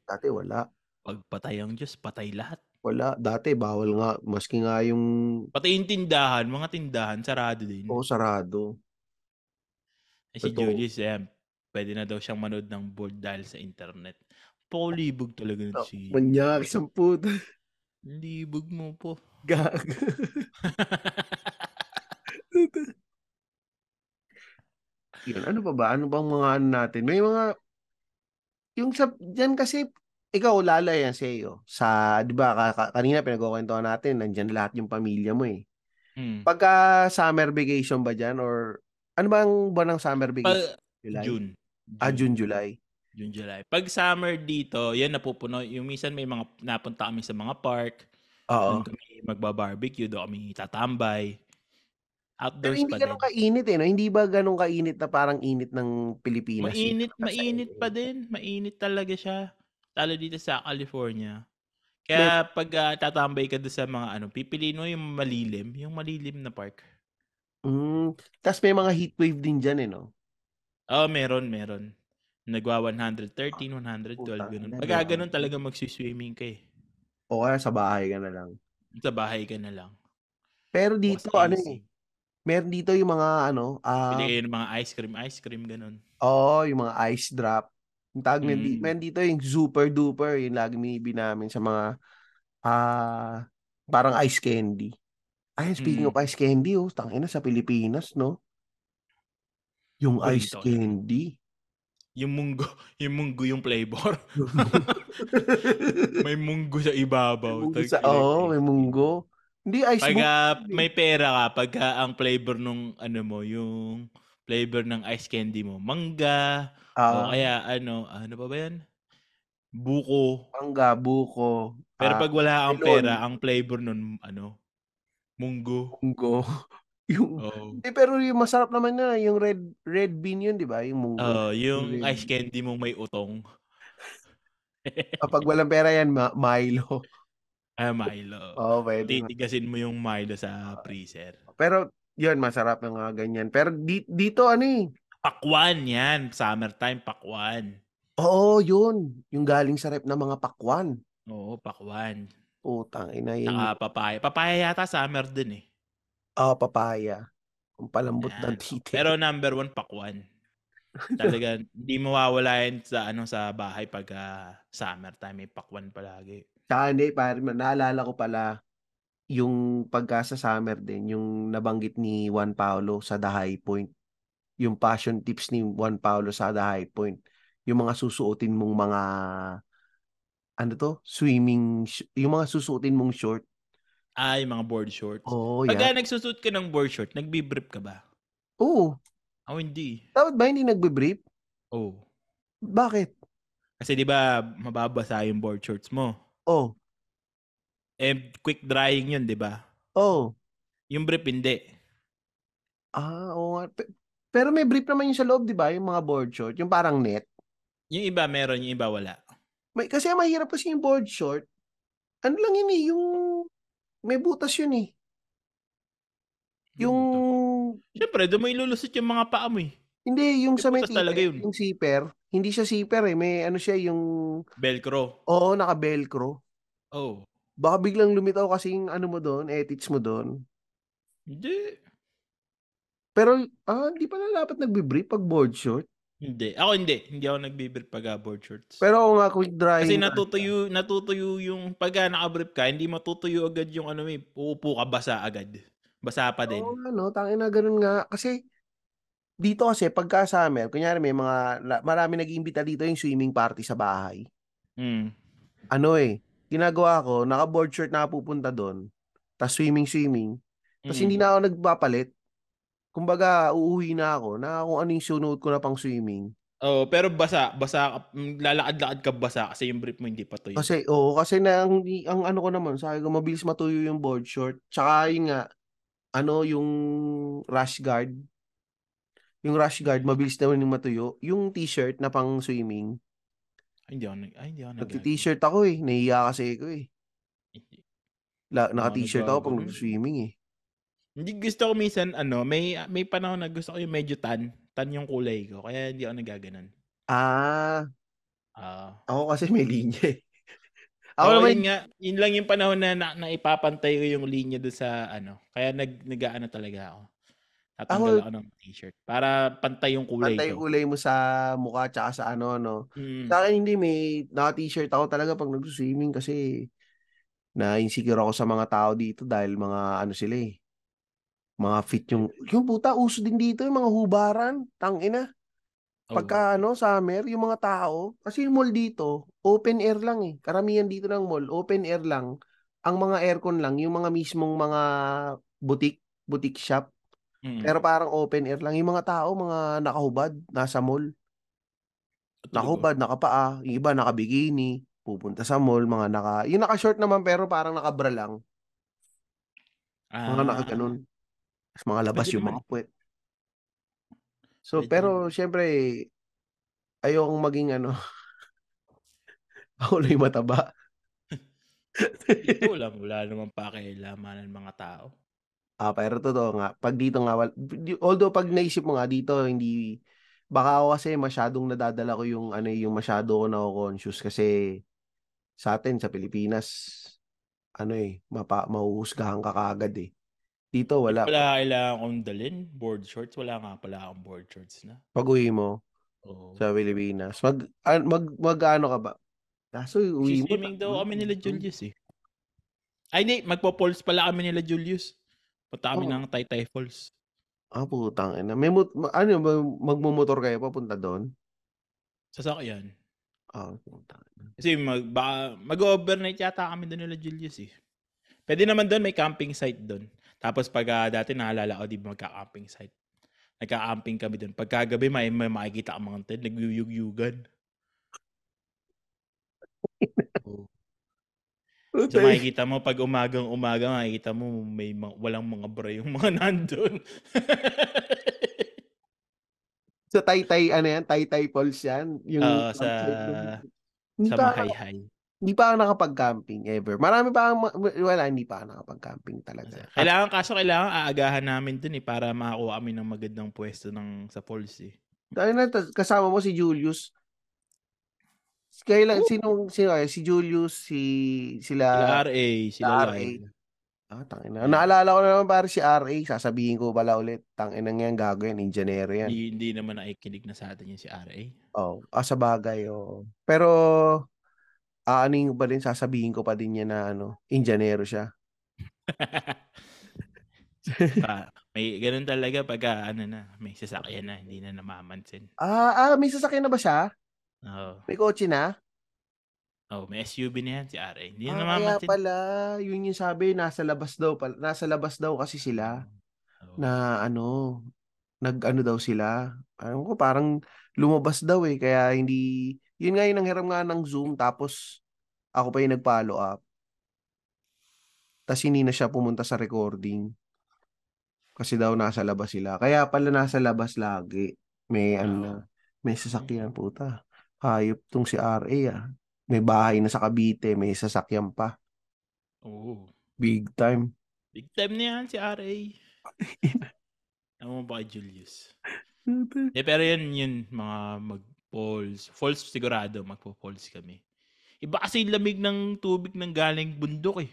Speaker 2: dati wala.
Speaker 1: pag patay ang Diyos, patay lahat.
Speaker 2: Wala, dati bawal nga maski nga yung
Speaker 1: Pati yung tindahan, mga tindahan, sarado din.
Speaker 2: oh, sarado.
Speaker 1: Eh, si
Speaker 2: Totoo.
Speaker 1: Julius, eh, pwede na daw siyang manood ng board dahil sa internet. Polibog talaga nito
Speaker 2: Oh,
Speaker 1: si...
Speaker 2: Manyak, isang puta.
Speaker 1: Libog mo po.
Speaker 2: Gag. Yun, ano pa ba? Ano bang mga ano natin? May mga yung sa diyan kasi ikaw lala yan sa iyo. Sa 'di ba ka- ka- kanina pinagkukwentuhan natin, nandiyan lahat yung pamilya mo eh.
Speaker 1: Hmm.
Speaker 2: Pagka summer vacation ba diyan or ano bang buwan ng summer vacation?
Speaker 1: Pag
Speaker 2: July.
Speaker 1: June.
Speaker 2: Ah, June, July.
Speaker 1: June, July. Pag summer dito, yan napupuno. Yung minsan may mga napunta kami sa mga park.
Speaker 2: Oo.
Speaker 1: Doon kami magba-barbecue, doon kami tatambay.
Speaker 2: Pero
Speaker 1: Outdoors
Speaker 2: hindi
Speaker 1: pa din.
Speaker 2: ganun kainit eh. No? Hindi ba ganun kainit na parang init ng Pilipinas?
Speaker 1: Mainit,
Speaker 2: Sa
Speaker 1: mainit
Speaker 2: inyo.
Speaker 1: pa din. Mainit talaga siya. Lalo dito sa California. Kaya pag ah, tatambay ka doon sa mga ano, pipiliin mo yung malilim, yung malilim na park.
Speaker 2: Mm. Tapos may mga heat wave din dyan eh, no?
Speaker 1: Oh, meron, meron. Nagwa 113, 112,
Speaker 2: Puta,
Speaker 1: ganun.
Speaker 2: ano
Speaker 1: Pagka
Speaker 2: yun?
Speaker 1: ganun talaga magsiswimming ka eh.
Speaker 2: O kaya sa bahay ka na lang.
Speaker 1: Sa bahay ka na lang.
Speaker 2: Pero dito,
Speaker 1: Bukas
Speaker 2: ano
Speaker 1: AC.
Speaker 2: eh. Meron dito yung mga, ano, ah,
Speaker 1: Pili kayo ng mga ice cream, ice cream, ganun.
Speaker 2: oo, yung mga ice drop. Yung tawag mm.
Speaker 1: Mm.
Speaker 2: meron dito yung super duper, yung lagi minibi namin sa mga, ah, parang ice candy. Ay, speaking
Speaker 1: Mm.
Speaker 2: of ice candy, oh, tangina sa Pilipinas, no? Yung
Speaker 1: Uy,
Speaker 2: ice
Speaker 1: ito.
Speaker 2: candy.
Speaker 1: Yung munggo, yung munggo yung flavor. may munggo sa ibabaw.
Speaker 2: Munggo sa,
Speaker 1: Tag-
Speaker 2: oo, may munggo. Hindi, ice
Speaker 1: Pag
Speaker 2: munggo.
Speaker 1: ah, may pera ka, pag ah, ang flavor nung ano mo, yung flavor ng ice candy mo, mangga, o
Speaker 2: Ah,
Speaker 1: kaya ano, ano pa ba yan? Buko.
Speaker 2: mangga, buko.
Speaker 1: Pero
Speaker 2: ah,
Speaker 1: pag wala ang
Speaker 2: melon.
Speaker 1: pera, ang flavor nun, ano, munggo.
Speaker 2: munggo. yung,
Speaker 1: Oh.
Speaker 2: Hindi, pero yung masarap naman na, yung red red bean yun, di ba? Yung munggo.
Speaker 1: Oh, yung
Speaker 2: Red.
Speaker 1: ice candy mong may utong.
Speaker 2: Kapag walang pera yan, ma- Milo.
Speaker 1: ah, Milo.
Speaker 2: Oo, pwede.
Speaker 1: Titigasin mo yung Milo sa freezer.
Speaker 2: Pero, yun, masarap ng mga ganyan. Pero di- dito, ano eh.
Speaker 1: Pakwan yan. Summertime, pakwan.
Speaker 2: Oo, yun. Yung galing sa rep ng mga pakwan.
Speaker 1: Oo, pakwan.
Speaker 2: Putang ina yun.
Speaker 1: Saka papaya. Papaya yata summer din eh.
Speaker 2: Ah, papaya. Ang palambot
Speaker 1: Ayan.
Speaker 2: ng titi.
Speaker 1: Pero number one, pakwan. Talaga, hindi mawawala yan sa, ano, sa bahay pag ah, summertime. May pakwan palagi.
Speaker 2: Tsaka hindi, pare, ma- naalala ko pala yung pagka sa summer din, yung nabanggit ni Juan Paolo sa The High Point. Yung passion tips ni Juan Paolo sa The High Point. Yung mga susuotin mong mga, ano to, swimming, sh- yung mga susuotin mong short.
Speaker 1: Ah, yung mga board shorts.
Speaker 2: Oo, oh,
Speaker 1: pag ah,
Speaker 2: yan.
Speaker 1: nagsusuot ka ng board short, nagbibrip ka ba?
Speaker 2: Oo,
Speaker 1: Oh, hindi.
Speaker 2: dapat ba hindi nagbe-brief?
Speaker 1: Oh.
Speaker 2: Bakit?
Speaker 1: Kasi di ba mababasa yung board shorts mo.
Speaker 2: Oh,
Speaker 1: Eh, quick drying yun, di ba?
Speaker 2: oh.
Speaker 1: Yung brief, hindi.
Speaker 2: Ah, oo nga. Pe- Pero may brief naman yung sa loob, di ba? Yung mga board short, yung parang net.
Speaker 1: Yung iba meron, yung iba wala.
Speaker 2: May, kasi ang mahirap kasi yung board short, ano lang yun eh, yung may butas yun eh. Yung,
Speaker 1: Siyempre, doon mo ilulusot yung mga paa mo eh.
Speaker 2: hindi, yung
Speaker 1: May
Speaker 2: sa may
Speaker 1: butas talaga
Speaker 2: zipper,
Speaker 1: yun.
Speaker 2: yung zipper, hindi siya zipper eh, may ano siya, yung,
Speaker 1: Velcro.
Speaker 2: oo, naka-velcro.
Speaker 1: Oh.
Speaker 2: Baka biglang lumitaw kasing ano mo doon, ethics mo doon.
Speaker 1: Hindi.
Speaker 2: Pero, ah, hindi pala dapat nagbe-brief pag board short.
Speaker 1: Hindi. Ako hindi. Hindi ako nagbibir pag ah, board shorts.
Speaker 2: Pero ako nga quick drying.
Speaker 1: Kasi
Speaker 2: na-
Speaker 1: natutuyo, natutuyo yung pagka nakabrip ka, hindi matutuyo agad yung ano may uupo ka basa agad. Basa pa din.
Speaker 2: Oo nga, no? Tangin na ganun nga. Kasi, dito kasi, pagka summer, kunyari may mga, la- marami nag-iimbita dito yung swimming party sa bahay. Oh.
Speaker 1: Mm.
Speaker 2: Ano eh, ginagawa ko, naka-board shirt na ako pupunta doon. Tapos swimming-swimming. Tapos
Speaker 1: Mm.
Speaker 2: hindi na ako nagpapalit. Kumbaga, uuwi na ako na kung ano yung sunuot ko na pang swimming.
Speaker 1: Oo, Oh, pero basa, basa, ka- mm, lalakad-lakad ka basa kasi yung brief mo hindi pa tuyo.
Speaker 2: Kasi, oo, kasi na, ang, ang ano ko naman, sabi ko, mabilis matuyo yung board short. Tsaka yun nga, ano, yung rash guard. Yung rash guard, mabilis naman yung matuyo. Yung t-shirt na pang swimming.
Speaker 1: Ay, hindi ako, nag, ay, hindi ako nag-
Speaker 2: Nagti-t-shirt ako eh. Nahiya kasi ako eh. La, naka-t-shirt ako
Speaker 1: nagbago
Speaker 2: pang
Speaker 1: nun.
Speaker 2: swimming eh.
Speaker 1: Hindi gusto ko minsan, ano, may, may panahon na gusto ko yung medyo tan, tan yung kulay ko, kaya hindi ako nagaganan.
Speaker 2: Ah,
Speaker 1: Ah.
Speaker 2: ako kasi may linya eh.
Speaker 1: Ako
Speaker 2: Ako naman,
Speaker 1: yun nga, yun lang yung panahon na, na naipapantay ko yung linya doon sa ano. Kaya nag nagaano talaga ako. Tatanggal
Speaker 2: Ako-
Speaker 1: ako, ng t-shirt para pantay yung kulay
Speaker 2: pantay
Speaker 1: ko.
Speaker 2: kulay mo sa mukha tsaka sa ano, no.
Speaker 1: Mm.
Speaker 2: Sa akin hindi may naka-t-shirt ako talaga pag nag-swimming kasi na-insecure ako sa mga tao dito dahil mga ano sila eh. Mga fit yung yung puta uso din dito yung mga hubaran, tangina.
Speaker 1: Oo.
Speaker 2: Pagka ano summer yung mga tao kasi yung mall dito open air lang eh. Karamihan dito ng mall open air lang. Ang mga aircon lang yung mga mismong mga butik, butik shop.
Speaker 1: Mm.
Speaker 2: Pero parang open air lang yung mga tao, mga nakahubad, nasa mall.
Speaker 1: Totoo.
Speaker 2: Nakubad, nakapaa, yung iba nakabikini, pupunta sa mall, mga naka, yung naka-short naman pero parang nakabra lang,
Speaker 1: Ah,
Speaker 2: mga nakaganon. Tapos mga labas
Speaker 1: Pwede
Speaker 2: yung
Speaker 1: naman.
Speaker 2: mga puwet. So,
Speaker 1: Pwede
Speaker 2: pero syempre, ayokong maging ano, ako na yung mataba.
Speaker 1: Ito lang, wala namang pakialaman ng mga tao.
Speaker 2: ah, pero totoo nga, pag dito nga, wal- although pag naisip mo nga dito, hindi, baka ako kasi masyadong nadadala ko yung, ano, yung masyado ko na-conscious kasi sa atin, sa Pilipinas, ano eh, mapa, mahuhusgahan ka kaagad eh. Dito,
Speaker 1: Wala.
Speaker 2: wala.
Speaker 1: Wala kailangan kong dalin. Board shorts. Wala nga pala akong board shorts na.
Speaker 2: pag-uwi mo
Speaker 1: Oo.
Speaker 2: sa Pilipinas, mag an, mag mag-ano ka ba? Kaso yung uwi mo.
Speaker 1: Swimming daw
Speaker 2: tangina,
Speaker 1: kami nila
Speaker 2: ano?
Speaker 1: Julius eh. Ay, hindi. Magpo-falls pala kami nila Julius. Punta kami
Speaker 2: Oo.
Speaker 1: ng Taytay Falls.
Speaker 2: Ah, putang ina. May mut- ma- ano, mag- magmumotor kayo papunta doon?
Speaker 1: Sasakyan.
Speaker 2: Ah, putang ina.
Speaker 1: Kasi mag, baka- mag-overnight yata kami doon nila Julius eh. Pwede naman doon, may camping site doon. Tapos pag ah, dati nahalala ko, di ba magka-camping site. Nagka-camping kami doon. Pagkagabi, may, may makikita ang mga tent, nagyuyug-yugan. Oo. So
Speaker 2: Putang-
Speaker 1: Oh. makikita mo, pag umagang-umaga, makikita mo, may mga, walang mga bra yung mga nandun.
Speaker 2: sa Taytay, ano yan? Taytay Falls yan? Yung
Speaker 1: Oo, sa,
Speaker 2: campsite doon. hindi
Speaker 1: sa
Speaker 2: pa,
Speaker 1: Mahay-Hay.
Speaker 2: hindi pa ako nakapag-camping ever. Marami pa ang, wala, hindi pa ako nakapag-camping talaga.
Speaker 1: Kailangan, kaso kailangan aagahan namin doon eh, para makakuha kami ng magandang pwesto ng, sa falls eh.
Speaker 2: Tayo ano na, tas- kasama mo si Julius.
Speaker 1: Oo.
Speaker 2: Kailan, sino, sino, ay, si Julius, si,
Speaker 1: Sila RA, sila
Speaker 2: sila, Ah, sila RA.
Speaker 1: Lyle.
Speaker 2: Ah, tangina.
Speaker 1: Ayan.
Speaker 2: Naalala ko na naman pare si RA. Sasabihin ko pala ulit. Tangina nga yan, gago yan. Engineer yan.
Speaker 1: Hindi, hindi naman nakikinig na sa atin yung si RA.
Speaker 2: Oh, ah, sa bagay. oo. Pero, aaning pa din, sasabihin ko pa din niya na ano, engineer siya.
Speaker 1: pa, may ganun talaga pag ah, ano na, may sasakyan na, hindi na namamansin.
Speaker 2: Ah, ah, may sasakyan na ba siya?
Speaker 1: Oo.
Speaker 2: May kotse na?
Speaker 1: Oh, may SUV na yan si RA. Hindi na
Speaker 2: Ah, kaya
Speaker 1: namamansin.
Speaker 2: pala, yun yung sabi, nasa labas daw pala. Nasa labas daw kasi sila
Speaker 1: Oo.
Speaker 2: na ano, nag-ano daw sila. Ano ko, parang lumabas daw eh. Kaya hindi, yun nga yun ang hiram nga ng Zoom. Tapos, ako pa yung nag-follow up. Tapos hindi na siya pumunta sa recording. Kasi daw nasa labas sila. Kaya pala nasa labas lagi. May ano na, may sasakyan puta. Hayop tong si RA ah. May bahay na sa Cavite, may sasakyan pa.
Speaker 1: Oo.
Speaker 2: Big time.
Speaker 1: Big time na yan si RA. Ano mo ba kay Julius? Eh, pero yun, yun, mga mag-falls. Falls sigurado, magpo-falls kami. Iba kasi yung lamig ng tubig ng galing bundok eh.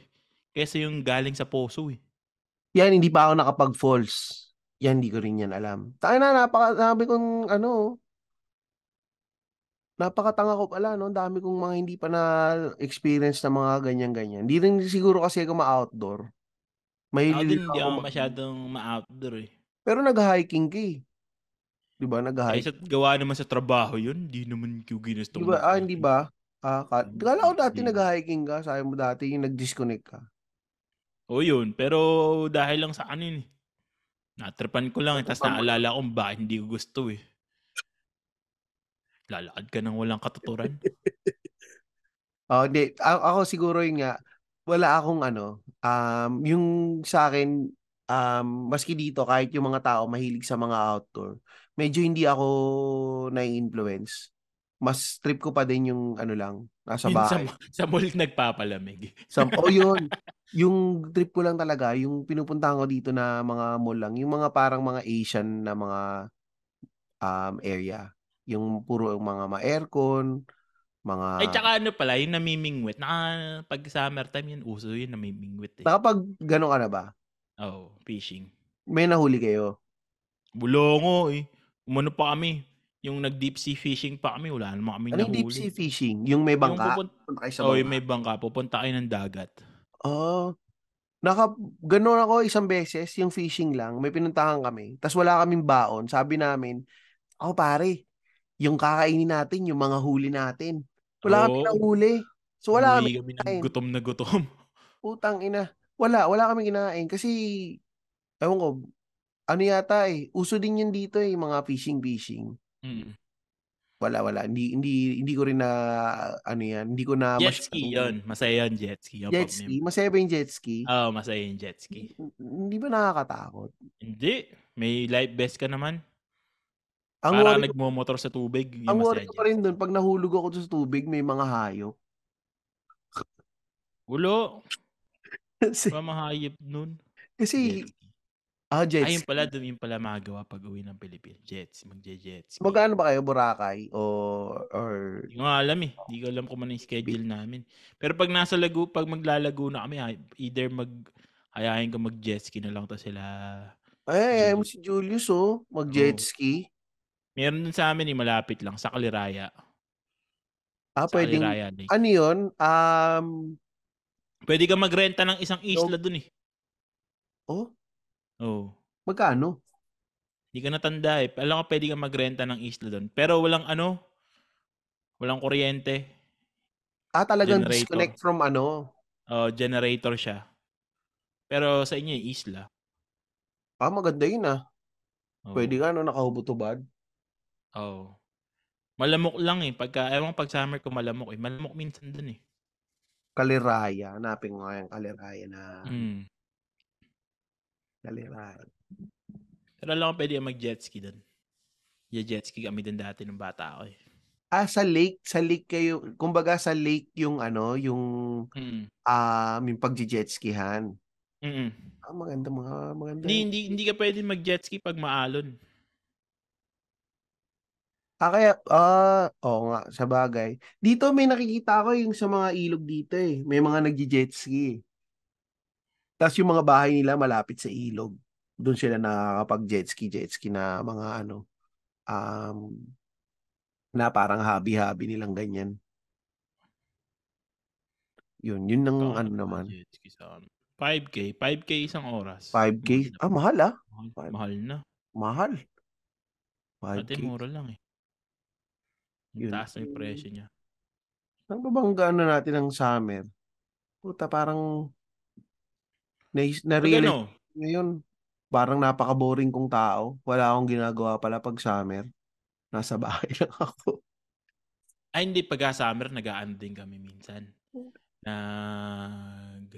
Speaker 1: Kesa yung galing sa poso eh.
Speaker 2: Yan, hindi pa ako nakapag-falls. Yan, hindi ko rin yan alam. Tayo na, napaka, sabi kong, ano, napakatanga ko pala, no? Ang dami kong mga hindi pa na-experience na mga ganyan-ganyan. Hindi rin siguro kasi ako ma-outdoor. May
Speaker 1: Ako din
Speaker 2: lilik
Speaker 1: hindi
Speaker 2: ako
Speaker 1: ako
Speaker 2: ma-
Speaker 1: masyadong ma-outdoor eh.
Speaker 2: Pero nag-hiking ka eh. Di ba?
Speaker 1: Ay,
Speaker 2: Nag-hiking.
Speaker 1: sa gawa naman sa trabaho yun, di naman yung ginusto
Speaker 2: Di
Speaker 1: ko eh.
Speaker 2: ba?
Speaker 1: mag-
Speaker 2: Ah, hindi ba? Ah, ka-
Speaker 1: Hindi,
Speaker 2: Kala ko dati
Speaker 1: Hmm, hindi.
Speaker 2: nag-hiking ka. Sabi mo dati yung nag-disconnect ka.
Speaker 1: O yun, pero dahil lang sa ano yun eh. Natripan ko lang, eh, tapos naalala ko ba hindi ko gusto eh. Lalakad ka ng walang katuturan.
Speaker 2: Oh, hindi. A- ako siguro yun nga, wala akong ano, um, yung sa akin, um, maski dito, kahit yung mga tao mahilig sa mga outdoor, medyo hindi ako nai-influence. Mas trip ko pa din yung ano lang, nasa
Speaker 1: Yun, sa,
Speaker 2: bahay.
Speaker 1: sa mall nagpapalamig.
Speaker 2: Sam, oh yun. Yung trip ko lang talaga, yung pinupuntahan ko dito na mga mall lang, yung mga parang mga Asian na mga um, area. Yung puro yung mga ma-aircon, mga...
Speaker 1: Ay, tsaka ano pala, yung namimingwit. Naka, pag summertime yun, uso yun, namimingwit eh.
Speaker 2: Nakapag gano'n ka na ba?
Speaker 1: Oo, oh, fishing.
Speaker 2: May nahuli kayo?
Speaker 1: Bulongo eh. Umano pa kami. Yung nag-deep sea fishing pa kami, wala naman kami
Speaker 2: Ano yung deep sea fishing? Yung may
Speaker 1: Yung
Speaker 2: bangka?
Speaker 1: pupun-
Speaker 2: Punta kayo sa
Speaker 1: oh, yung
Speaker 2: bangka?
Speaker 1: may bangka. Pupunta kayo ng dagat.
Speaker 2: Oo. Naka, ganun ako isang beses, yung fishing lang, may pinuntahan kami. Tapos wala kaming baon. Sabi namin, ako pare, yung kakainin natin, yung mga huli natin. Wala
Speaker 1: Oo.
Speaker 2: kami nahuli. So wala kami,
Speaker 1: Umuwi kami ng
Speaker 2: kinain.
Speaker 1: gutom na gutom.
Speaker 2: putang ina. Wala, wala kami kinain. Kasi, ewan ko, ano yata eh, uso din yun dito eh, mga fishing-fishing.
Speaker 1: Mm.
Speaker 2: Wala, wala. Hindi, hindi, hindi ko rin na, ano yan, hindi ko na
Speaker 1: jet ski
Speaker 2: masyadong-
Speaker 1: yun. Masaya yun, jet ski. Yung
Speaker 2: Jet
Speaker 1: pag-
Speaker 2: ski? Masaya ba yung jet ski?
Speaker 1: Oo, masaya yung jet Ah, ski.
Speaker 2: N- Hindi ba nakakatakot?
Speaker 1: Hindi. May life vest ka naman.
Speaker 2: Ang
Speaker 1: Para
Speaker 2: worry,
Speaker 1: nagmumotor sa tubig. Yung
Speaker 2: ang worry
Speaker 1: masaya
Speaker 2: ko
Speaker 1: jet
Speaker 2: pa rin doon, pag nahulog ako dun sa tubig, may mga hayop.
Speaker 1: ski. Ulo.
Speaker 2: kasi,
Speaker 1: Ba mahayop nun? Jet
Speaker 2: kasi
Speaker 1: ski.
Speaker 2: ah, jet
Speaker 1: Ayun
Speaker 2: ski.
Speaker 1: pala, dun yung pala magawa pag uwi ng Pilipinas. Jets, magje-jet ski.
Speaker 2: Magkano ba kayo, Boracay? O, or,
Speaker 1: Hindi ko nga alam eh. Hindi ko alam kung ano yung schedule namin. Pero pag nasa lagu, pag maglalago na kami, ay- either mag, hayahin ko mag-jet ski na lang to sila.
Speaker 2: ay, ay, mo si Julius, oh, mag-jet
Speaker 1: Oo.
Speaker 2: ski.
Speaker 1: Meron dun sa amin eh, malapit lang, sa Kaliraya.
Speaker 2: Ah,
Speaker 1: Sa
Speaker 2: pwedeng,
Speaker 1: Kaliraya Lake.
Speaker 2: ano yun? Um,
Speaker 1: Pwede ka magrenta ng isang isla dun eh.
Speaker 2: oh,
Speaker 1: Oo.
Speaker 2: magkano?
Speaker 1: Hindi ka natanda eh. Alam ko pwede ka magrenta ng isla dun. Pero walang ano, walang kuryente.
Speaker 2: Ah, talagang
Speaker 1: Generator.
Speaker 2: disconnect from ano?
Speaker 1: Oh, generator siya. Pero sa inyo, eh, isla. Oh,
Speaker 2: Ah, maganda yun ah.
Speaker 1: Oo.
Speaker 2: Pwede ano, ka, no, nakahubotubad.
Speaker 1: Oo. oh. Malamok lang eh. Pagka, ewan ko, pag summer ko malamok eh. Malamok minsan dun eh.
Speaker 2: Kaliraya, hanapin ko nga yung kaliraya na,
Speaker 1: Mm.
Speaker 2: kaliraya.
Speaker 1: Pero alam ko pwede mag-jet ski dun. Yeah, jet ski kami dun dati nung bata ako eh.
Speaker 2: Ah, sa lake, sa lake kayo, kumbaga sa lake yung ano, yung
Speaker 1: Mm.
Speaker 2: ah yung pagje-jet skihan.
Speaker 1: Mm-mm.
Speaker 2: Ah, maganda mga maganda.
Speaker 1: Hindi, hindi, hindi ka pwede mag-jet ski pag maalon.
Speaker 2: Ah, kaya ah, oo nga, sa bagay. Dito may nakikita ko yung sa mga ilog dito eh. May mga nagje-jet ski. Tapos yung mga bahay nila malapit sa ilog. Doon sila nakakapag-jet ski, jet ski na mga ano, um, na parang hobby-hobby nilang ganyan. Yun, yun ng
Speaker 1: Baka
Speaker 2: ano
Speaker 1: wala
Speaker 2: naman.
Speaker 1: Jet ski sa ano. amin. 5K. 5K isang oras.
Speaker 2: 5K.
Speaker 1: Mahal na-
Speaker 2: Ah, mahal ah.
Speaker 1: Mahal,
Speaker 2: Five-
Speaker 1: mahal na.
Speaker 2: Mahal.
Speaker 1: Dati
Speaker 2: 5K.
Speaker 1: mura lang eh.
Speaker 2: Yun.
Speaker 1: Ang taas na yung presyo niya.
Speaker 2: Saan ba bang gaano natin ang summer? Puta, parang na,
Speaker 1: Pag
Speaker 2: na-realize
Speaker 1: ano,
Speaker 2: ngayon, parang napaka-boring kong tao. Wala akong ginagawa pala pag summer. Nasa bahay lang ako.
Speaker 1: ay hindi, pagka summer, nag-aano din kami minsan. Nag...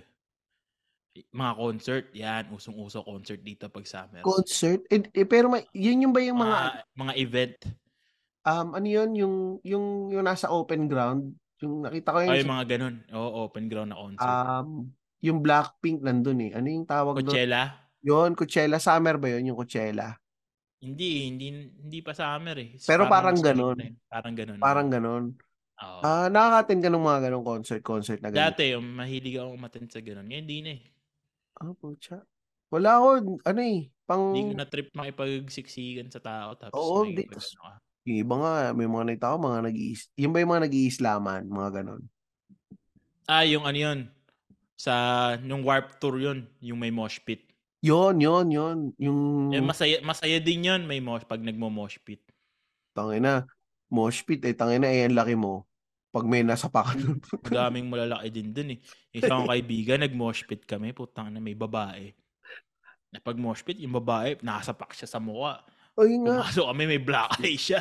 Speaker 1: Mga concert, yan. Usong-uso concert dito pag summer.
Speaker 2: Concert? Eh, eh, pero may, yun yung ba yung
Speaker 1: mga,
Speaker 2: mga, ano?
Speaker 1: mga event. Ah.
Speaker 2: um, ano yun, yung, yung, yung nasa open ground? Yung nakita ko yun,
Speaker 1: Ay,
Speaker 2: sa-
Speaker 1: mga ganun. Oo, open ground na concert.
Speaker 2: um, yung Blackpink nandun eh. Ano yung tawag doon?
Speaker 1: Coachella.
Speaker 2: Yun, Coachella. Summer ba yun yung Coachella?
Speaker 1: Hindi, hindi hindi pa summer eh. It's
Speaker 2: Pero parang
Speaker 1: spring
Speaker 2: ganun.
Speaker 1: na yun. Parang ganun.
Speaker 2: Parang ganun.
Speaker 1: Oo.
Speaker 2: Ah, nakaka-attend ka ng mga ganong concert, concert na ganito.
Speaker 1: Dati, yung mahilig ako umattend sa ganun. Ngayon, di na eh.
Speaker 2: Ah, pucha. Wala ako, ano eh, pang...
Speaker 1: Hindi ko na trip makipagsiksikan sa tao. Tapos
Speaker 2: Oo,
Speaker 1: makikipag-
Speaker 2: di-
Speaker 1: ano ka.
Speaker 2: Yung iba nga, may mga nakita ko, mga nag Yung ba yung mga nag-iislaman, mga ganon?
Speaker 1: Ah, yung ano yun. Sa, nung warp tour yun. Yung may mosh pit.
Speaker 2: Yun, yun, yun. Yung,
Speaker 1: Eh, masaya, masaya din yun may mosh, pag nagmo-mosh pit.
Speaker 2: tangina, mosh pit, eh, tangina, eh, ang laki mo. Pag may nasapakan doon.
Speaker 1: Madaming malalaki din dun eh. Isang kaibigan, nag-mosh pit kami. Putang na may babae. Na pag mosh pit, yung babae, nakasapak siya sa mukha.
Speaker 2: o yun nga,
Speaker 1: Pumasok kami, may black eye siya.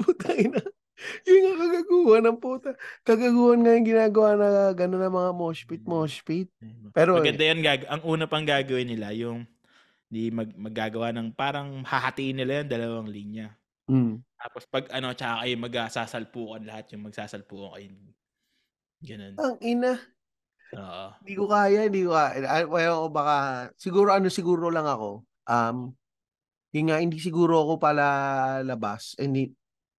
Speaker 2: putangina. Yun nga, kagaguhan ng puta. Kagaguhan nga yung ginagawa na gano'n na mga mosh pit, mosh pit. Pero,
Speaker 1: Maganda yan. Gag- ang una pang gagawin nila, yung di mag magagawa ng parang hahatiin nila yung dalawang linya.
Speaker 2: Mm.
Speaker 1: Tapos pag ano, tsaka kayo magsasalpukan lahat yung magsasalpukan kayo. Ganun.
Speaker 2: Ang ina,
Speaker 1: Oo.
Speaker 2: Hindi ko kaya, hindi ko kaya. Ah, Well, baka, siguro ano, siguro lang ako. Um, yun nga, hindi siguro ako pala labas. Hindi,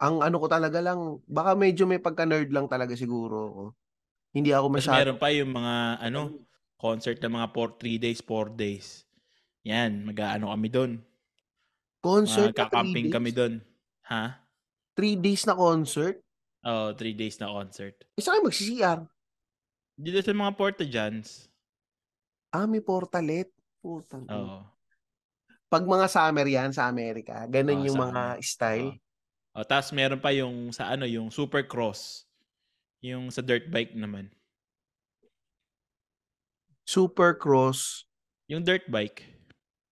Speaker 2: ang ano ko talaga lang, baka medyo may pagka-nerd lang talaga siguro ako. Hindi ako
Speaker 1: Mas
Speaker 2: masyado.
Speaker 1: meron pa yung mga ano, concert na mga 3 days, 4 days. Yan, mag-ano kami doon.
Speaker 2: Concert na three
Speaker 1: Magkakamping
Speaker 2: days.
Speaker 1: kami doon. Ha?
Speaker 2: Three days na concert?
Speaker 1: Oo, 3 days na concert.
Speaker 2: Isa kayo mag-CR.
Speaker 1: Dito sa mga Porta Johns.
Speaker 2: Ah, may portalet. Putang. ina.
Speaker 1: Oo.
Speaker 2: Pag mga summer yan sa Amerika, ganun
Speaker 1: Oo,
Speaker 2: yung
Speaker 1: summer.
Speaker 2: mga style.
Speaker 1: Oh, tapos meron pa yung sa ano, yung Supercross. Yung sa dirt bike naman.
Speaker 2: Super cross.
Speaker 1: Yung dirt bike.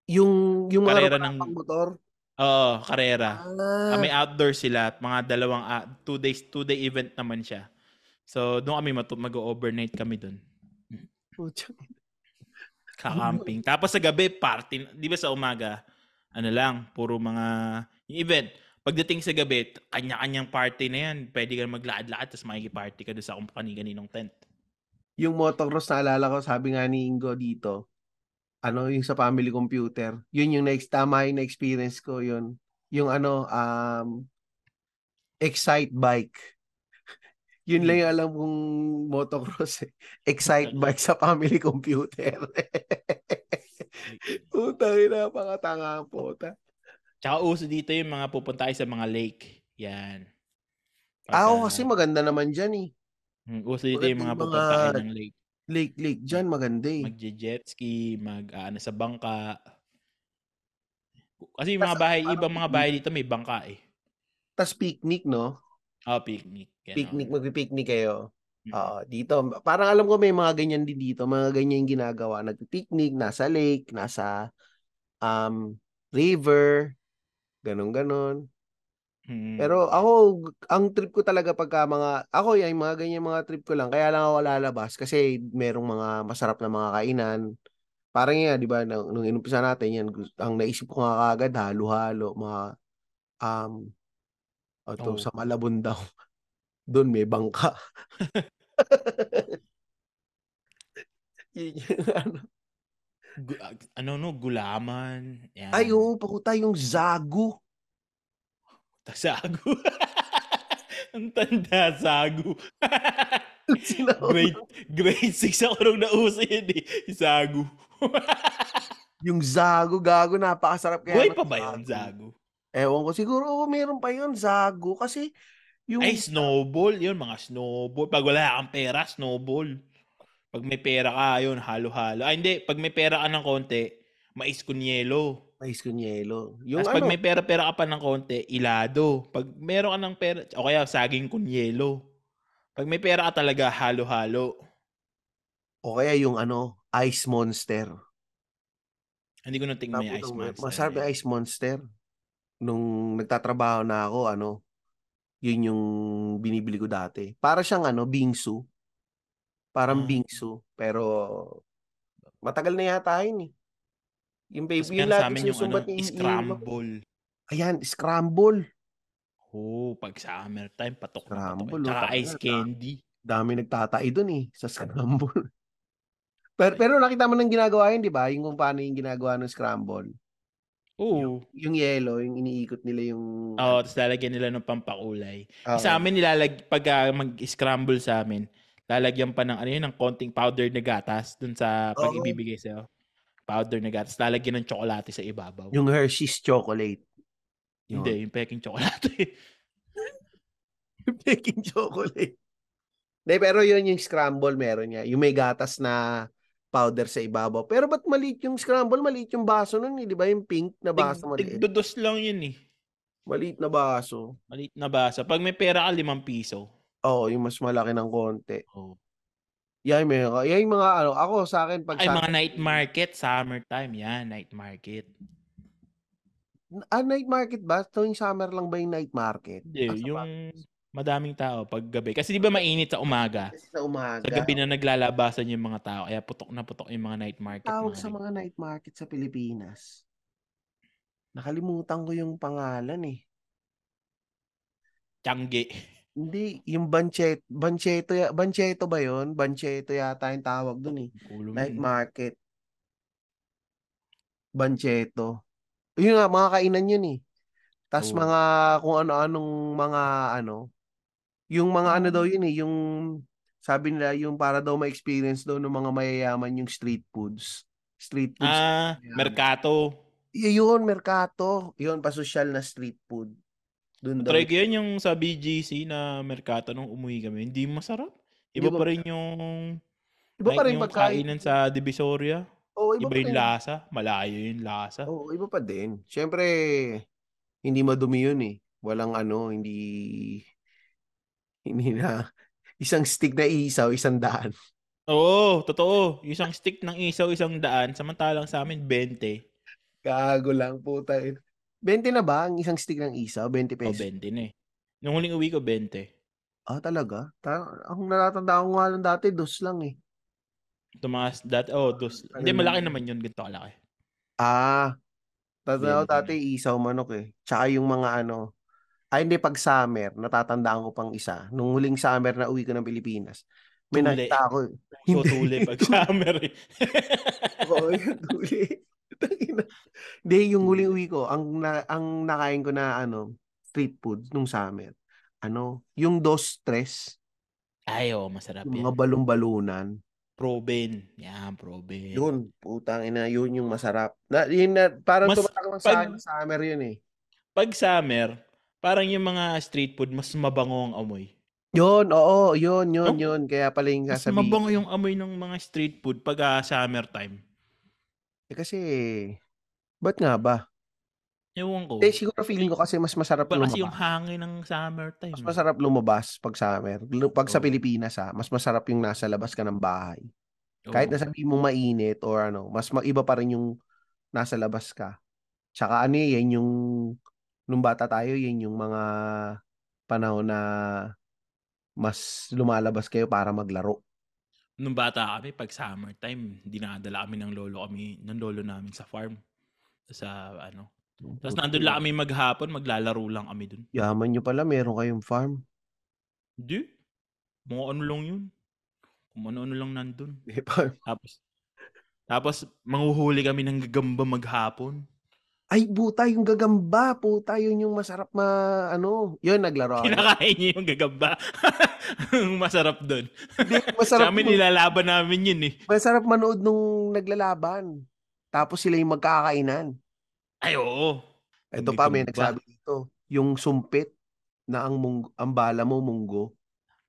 Speaker 2: Yung, yung mga
Speaker 1: Karera ng-
Speaker 2: pang motor.
Speaker 1: Oo, karera. Ah,
Speaker 2: Ah,
Speaker 1: may outdoor sila. at Mga dalawang, ah, two days, two day event naman siya. So, doon kami matu- mag-overnight kami doon.
Speaker 2: putya.
Speaker 1: Kakamping. Tapos sa gabi, party. Di ba sa umaga, ano lang, puro mga yung event. Pagdating sa gabi, t- kanya-kanyang party na yan. Pwede ka maglaad-laad, tapos makikiparty ka doon sa kung kani-kaninong tent.
Speaker 2: Yung motocross naalala ko, sabi nga ni Ingo dito, ano, yung sa family computer, yun yung next, tama yung na-experience ko, yun. Yung ano, um, Excite Bike. yun lang yung alam kong motocross eh. Excite Bike sa family computer. Putang ina, pakatanga ang puta.
Speaker 1: Tsaka uso dito yung mga pupunta kayo sa mga lake. Yan. Pagka-
Speaker 2: Ah, oo, kasi maganda naman dyan eh.
Speaker 1: Mm, uso dito yung mga
Speaker 2: maganda yung mga-
Speaker 1: pupunta kayo ng lake.
Speaker 2: Lake, lake dyan, maganda eh.
Speaker 1: Magje-jet ski, mag ano, sa bangka. Kasi yung mga
Speaker 2: Basta
Speaker 1: bahay,
Speaker 2: parang
Speaker 1: ibang mga bahay dito may bangka eh.
Speaker 2: Tapos picnic, no?
Speaker 1: Oh, picnic. Yan,
Speaker 2: Picnic,
Speaker 1: oh.
Speaker 2: magpipicnic kayo.
Speaker 1: Mm.
Speaker 2: Oo, dito. Parang alam ko may mga ganyan din dito. Mga ganyan yung ginagawa. Nagpipiknik, nasa lake, nasa um, river, ganun-ganun.
Speaker 1: Mm.
Speaker 2: Pero ako, ang trip ko talaga pagka mga, ako yan, yung mga ganyan mga trip ko lang. Kaya lang ako lalabas kasi merong mga masarap na mga kainan. Parang yan, di ba, nung, nung inumpisa natin yan, gus- ang naisip ko nga kagad, halo-halo, mga, um, o
Speaker 1: Oo.
Speaker 2: to, sa Malabon daw. Doon may bangka. Yun yung ano.
Speaker 1: Gu- ah, ano no, gulaman. Yan.
Speaker 2: Ay, oo, pakuta yung Zagu.
Speaker 1: Tasago. Ang tanda, sago.
Speaker 2: Sinaw-
Speaker 1: grade, grade 6 ako nung nauso yun eh. Sago.
Speaker 2: Yung Zagu, gago, napakasarap. Kaya
Speaker 1: Buhay
Speaker 2: ng
Speaker 1: pa ba yun, sago?
Speaker 2: Ewan ko, siguro oh, meron pa yun, Zagu. Kasi, yung,
Speaker 1: Ay, snowball. Yun, mga snowball. Pag wala kang pera, snowball. Pag may pera ka, yun, halo-halo. Ay, hindi. Pag may pera ka ng konti, mais con yelo.
Speaker 2: mais con yelo. Yung
Speaker 1: Tapos
Speaker 2: ano,
Speaker 1: pag may pera-pera ka pa ng konti, ilado. Pag meron ka ng pera, o kaya saging con yelo. Pag may pera ka talaga, halo-halo.
Speaker 2: o kaya yung ano, Ice Monster.
Speaker 1: Hindi ko nating may
Speaker 2: Tapos,
Speaker 1: ice
Speaker 2: ang-
Speaker 1: monster.
Speaker 2: Masarap
Speaker 1: eh.
Speaker 2: yung Ice Monster. Nung nagtatrabaho na ako, ano, yun yung binibili ko dati. Para siyang ano, bingsu.
Speaker 1: Ah.
Speaker 2: Parang bingsu. Pero, matagal na yata yun eh. Yung
Speaker 1: Tapos
Speaker 2: baby, yung
Speaker 1: meron sa
Speaker 2: lagi
Speaker 1: amin yung ano,
Speaker 2: sinusumbat ni-
Speaker 1: scramble.
Speaker 2: Ayan, scramble.
Speaker 1: Oo, oh, pag summer time, patok na patok.
Speaker 2: Scramble,
Speaker 1: Scramble, Tsaka
Speaker 2: oh,
Speaker 1: ice
Speaker 2: tama.
Speaker 1: candy.
Speaker 2: Dami nagtatay doon eh, sa scramble. pero, pero nakita mo nang ginagawa yun, di ba? Yung kung paano yung ginagawa ng scramble.
Speaker 1: Oo.
Speaker 2: Yung yellow, yung iniikot nila yung... ano,
Speaker 1: Oo, Oh, tapos lalagyan nila ng pampakulay.
Speaker 2: Oo.
Speaker 1: Sa amin, nilalag, pag ah, mag-scramble sa amin, lalagyan pa ng, ano yun, ng konting powder na gatas dun sa pag
Speaker 2: Oo.
Speaker 1: ibibigay sa'yo. Powder na gatas. Lalagyan ng tsokolate sa ibabaw.
Speaker 2: Yung Hershey's chocolate. Yun.
Speaker 1: Hindi, yung peking tsokolate.
Speaker 2: Baking chocolate. Hindi, pero yun yung scramble meron niya. Yung may gatas na powder sa ibabaw. Pero ba't maliit yung scramble? Maliit yung baso nun, eh. di ba? Yung pink na baso maliit.
Speaker 1: Tigdudos lang yun eh.
Speaker 2: Maliit na baso.
Speaker 1: Maliit na basa. Pag may pera ka, limang piso.
Speaker 2: Oo, yung mas malaki ng konti.
Speaker 1: Oo.
Speaker 2: Yan, may, yan yung mga ano. Ako, sa akin, eh. pag
Speaker 1: Ay,
Speaker 2: sa
Speaker 1: mga night market, summertime. Yan, night market.
Speaker 2: Ah, night market ba? Tuwing summer lang ba yung night market?
Speaker 1: Hindi,
Speaker 2: Ah, sa
Speaker 1: yung
Speaker 2: Baguio.
Speaker 1: madaming tao pag gabi. Kasi di ba mainit sa umaga?
Speaker 2: Kasi sa umaga.
Speaker 1: Sa gabi na naglalabasan yung mga tao. Kaya putok na putok yung mga night market. eh.
Speaker 2: tawag
Speaker 1: mga
Speaker 2: sa
Speaker 1: ganyan.
Speaker 2: mga night market sa Pilipinas. Nakalimutan ko yung pangalan eh.
Speaker 1: Tiangge.
Speaker 2: Hindi, yung banchet, bancheto, ya- bancheto ba yon? Bancheto yata yung tawag dun eh.
Speaker 1: Ulo mo.
Speaker 2: Night market. Bancheto. Yun nga, mga kainan yun eh.
Speaker 1: Oo.
Speaker 2: Tapos mga kung ano-anong mga ano. Yung mga ano daw yun eh, yung sabi nila yung para daw ma-experience daw ng mga mayayaman yung street foods. Street foods.
Speaker 1: Ah, merkato.
Speaker 2: Y- yun, merkato. Yun, pasosyal na street food. Doon daw.
Speaker 1: Try ko yun yung sa BGC na merkato nung umuwi kami. Hindi masarap. Iba
Speaker 2: Hindi ba-
Speaker 1: pa rin yung
Speaker 2: Iba pa
Speaker 1: like,
Speaker 2: rin
Speaker 1: yung
Speaker 2: pagkain.
Speaker 1: kainan sa Divisoria.
Speaker 2: Oo,
Speaker 1: Iba
Speaker 2: iba, pa
Speaker 1: yung
Speaker 2: rin.
Speaker 1: lasa. Malayo yung lasa.
Speaker 2: Oo, iba pa din. Siyempre, hindi madumi yun eh. Walang ano, hindi... Hindi na... Isang stick na isaw, isang daan.
Speaker 1: Oo, totoo. Yung Isang stick ng isaw, isang daan. Samantalang sa amin, 20.
Speaker 2: Gago lang, puta. eh. 20 na ba ang isang stick ng isaw? 20
Speaker 1: O,
Speaker 2: pesos?
Speaker 1: 20 na eh. Nung huling uwi ko, 20.
Speaker 2: Ah, talaga? Ta- ang natatanda ko nga lang dati, dos lang eh.
Speaker 1: Tumaas dati. Oh, dos. Hindi,
Speaker 2: Ganun.
Speaker 1: malaki naman yun. Ganito kalaki.
Speaker 2: Ah, tatanda ko
Speaker 1: Hindi,
Speaker 2: dati isaw manok eh. Tsaka yung mga ano, ay hindi, pag summer, natatandaan ko pang isa. Nung huling summer na uwi ko ng Pilipinas, may
Speaker 1: Tuli.
Speaker 2: nakita ako. eh.
Speaker 1: So,
Speaker 2: Hindi.
Speaker 1: tuli pag summer eh.
Speaker 2: Oo, yung tuli. Tangina. Hindi, yung
Speaker 1: Tuli.
Speaker 2: huling uwi ko, ang, na, ang nakain ko na ano, street food nung summer, ano, yung dos tres,
Speaker 1: Ay, oh, masarap
Speaker 2: yung
Speaker 1: yan.
Speaker 2: mga balon-balunan.
Speaker 1: Proben. Yan, proben.
Speaker 2: Yun, putang ina, yun yung masarap. Na, yun na, parang
Speaker 1: Mas-
Speaker 2: tumatak lang sa
Speaker 1: pag-
Speaker 2: akin ng summer yun eh.
Speaker 1: Pag summer, parang yung mga street food, mas mabango ang amoy.
Speaker 2: Yun, oo, yun, yun,
Speaker 1: Oh?
Speaker 2: yun. Kaya pala yung
Speaker 1: Mas
Speaker 2: sasabihin.
Speaker 1: mabango yung amoy ng mga street food pag ah, summertime.
Speaker 2: Eh, kasi, ba't nga ba?
Speaker 1: Ewan ko.
Speaker 2: Eh, siguro feeling ko kasi mas masarap
Speaker 1: Iba kasi
Speaker 2: lumabas.
Speaker 1: yung hangin ng summertime.
Speaker 2: Mas
Speaker 1: eh.
Speaker 2: masarap lumabas pag summer. Lu- Pag sa
Speaker 1: Oo.
Speaker 2: Pilipinas ha, mas masarap yung nasa labas ka ng bahay.
Speaker 1: Oo.
Speaker 2: Kahit nasabihin mong mainit or ano, mas maiba pa rin yung nasa labas ka. Tsaka ano eh, yan yung, nung bata tayo, yan yung mga panahon na mas lumalabas kayo para maglaro.
Speaker 1: Nung bata kami, pag summertime, dinadala kami ng lolo kami, ng lolo namin sa farm. Sa ano. Tapos nandun lang kami maghapon, maglalaro lang kami dun.
Speaker 2: Yaman nyo pala, meron kayong farm.
Speaker 1: Hindi. Mga ano lang yun. Kung ano-ano lang nandun.
Speaker 2: May farm.
Speaker 1: Tapos, tapos manguhuli kami ng gagamba maghapon.
Speaker 2: Ay, buta yung gagamba, puta yun yung masarap ma ano. Yun naglaro ako.
Speaker 1: Kinakain niyo yung gagamba. Ang masarap dun.
Speaker 2: Hindi,
Speaker 1: Sa
Speaker 2: masarap.
Speaker 1: amin,
Speaker 2: nun.
Speaker 1: nilalaban namin yun eh.
Speaker 2: Masarap manood nung naglalaban. Tapos sila yung magkakainan.
Speaker 1: Ay, oo.
Speaker 2: Ito pa may
Speaker 1: Gumigamba.
Speaker 2: nagsabi dito, yung sumpit na ang mung- ang bala mo munggo.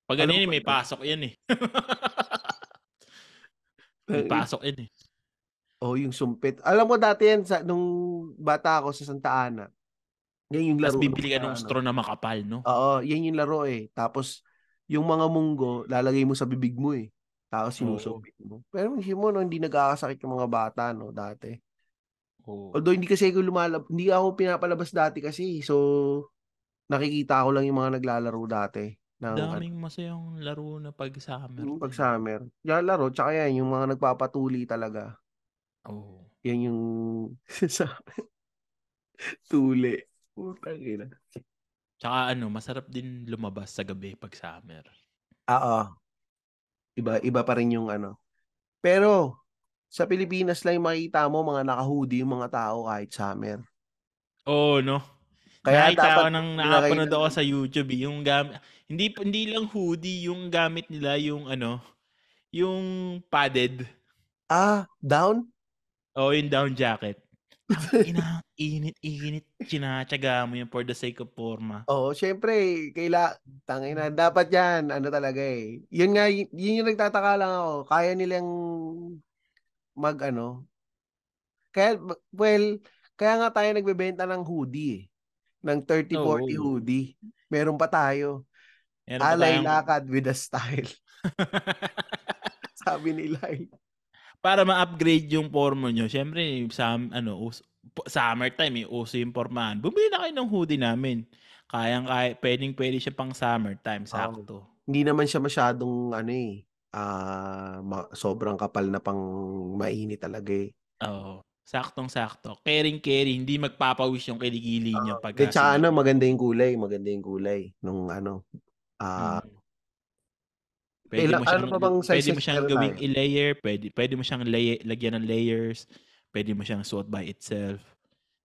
Speaker 1: Pag ano
Speaker 2: Alam
Speaker 1: yun,
Speaker 2: ko
Speaker 1: may
Speaker 2: yun.
Speaker 1: pasok yan eh. may pasok yan eh.
Speaker 2: Oh, yung sumpit. Alam mo dati yan sa nung bata ako sa Santa Ana. Yan yung laro.
Speaker 1: Tapos
Speaker 2: ng
Speaker 1: bibili ka
Speaker 2: mga
Speaker 1: ng
Speaker 2: ano.
Speaker 1: straw na makapal, no?
Speaker 2: Oo, yan yung laro eh. Tapos yung mga munggo, lalagay mo sa bibig mo eh.
Speaker 1: Oo.
Speaker 2: Tapos sinusumpit mo. Pero hindi mo no, hindi nagkakasakit yung mga bata no dati.
Speaker 1: Oo.
Speaker 2: Although hindi kasi ako lumalab, hindi ako pinapalabas dati kasi. So nakikita ko lang yung mga naglalaro dati ng ano,
Speaker 1: Daming masayang laro na pag summer.
Speaker 2: yung pag summer. Yan laro, tsaka yan yung mga nagpapatuli talaga.
Speaker 1: Oo.
Speaker 2: Yan yung sa tuli. Putang ina.
Speaker 1: Tsaka ano, masarap din lumabas sa gabi pag summer.
Speaker 2: Oo. Iba iba pa rin yung ano. Pero sa Pilipinas lang yung makita mo mga naka-hoodie yung mga tao kahit summer.
Speaker 1: Oo, Oh, no?
Speaker 2: Kaya
Speaker 1: Nakita
Speaker 2: dapat
Speaker 1: ko nang
Speaker 2: nakita-
Speaker 1: nakapanood ako sa YouTube, eh, yung gamit, hindi, hindi lang hoodie, yung gamit nila, yung ano, yung padded,
Speaker 2: Ah, down?
Speaker 1: o yung down jacket. Ang ina, init, init, sinatsaga mo yun for the sake of forma.
Speaker 2: Oo, syempre, kaila, tangay na, dapat yan, ano talaga eh. Yun nga, y- yun yung nagtataka lang ako, kaya nilang mag ano, kaya, well, kaya nga tayo nagbebenta ng hoodie eh, ng 30-40
Speaker 1: Oo.
Speaker 2: hoodie. Meron pa tayo,
Speaker 1: Meron pa
Speaker 2: alay
Speaker 1: tayong-
Speaker 2: lakad with a style, sabi eh. ni Lyle.
Speaker 1: para ma-upgrade yung forma nyo, syempre, sa, ano, us- po- summertime, eh, uso yung formahan. Bumili na kayo ng hoodie namin. Kayang kaya, pwedeng pwede siya pang
Speaker 2: Ah,
Speaker 1: summertime, sakto.
Speaker 2: Hindi naman siya masyadong ano eh, ah, ma- sobrang kapal na pang mainit talaga eh.
Speaker 1: Oo. Saktong sakto. Caring carry, hindi magpapawis yung kiligili niya pag
Speaker 2: At saka ano, maganda yung kulay, maganda yung kulay nung ano. Ah,
Speaker 1: Hmm. Pwede mo
Speaker 2: Ilang-
Speaker 1: siyang,
Speaker 2: ano pa bang
Speaker 1: pwede
Speaker 2: sizes
Speaker 1: mo siyang
Speaker 2: meron
Speaker 1: gawing
Speaker 2: tayo?
Speaker 1: i-layer, pwede, pwede mo siyang lay- lagyan ng layers, pwede mo siyang suot by itself.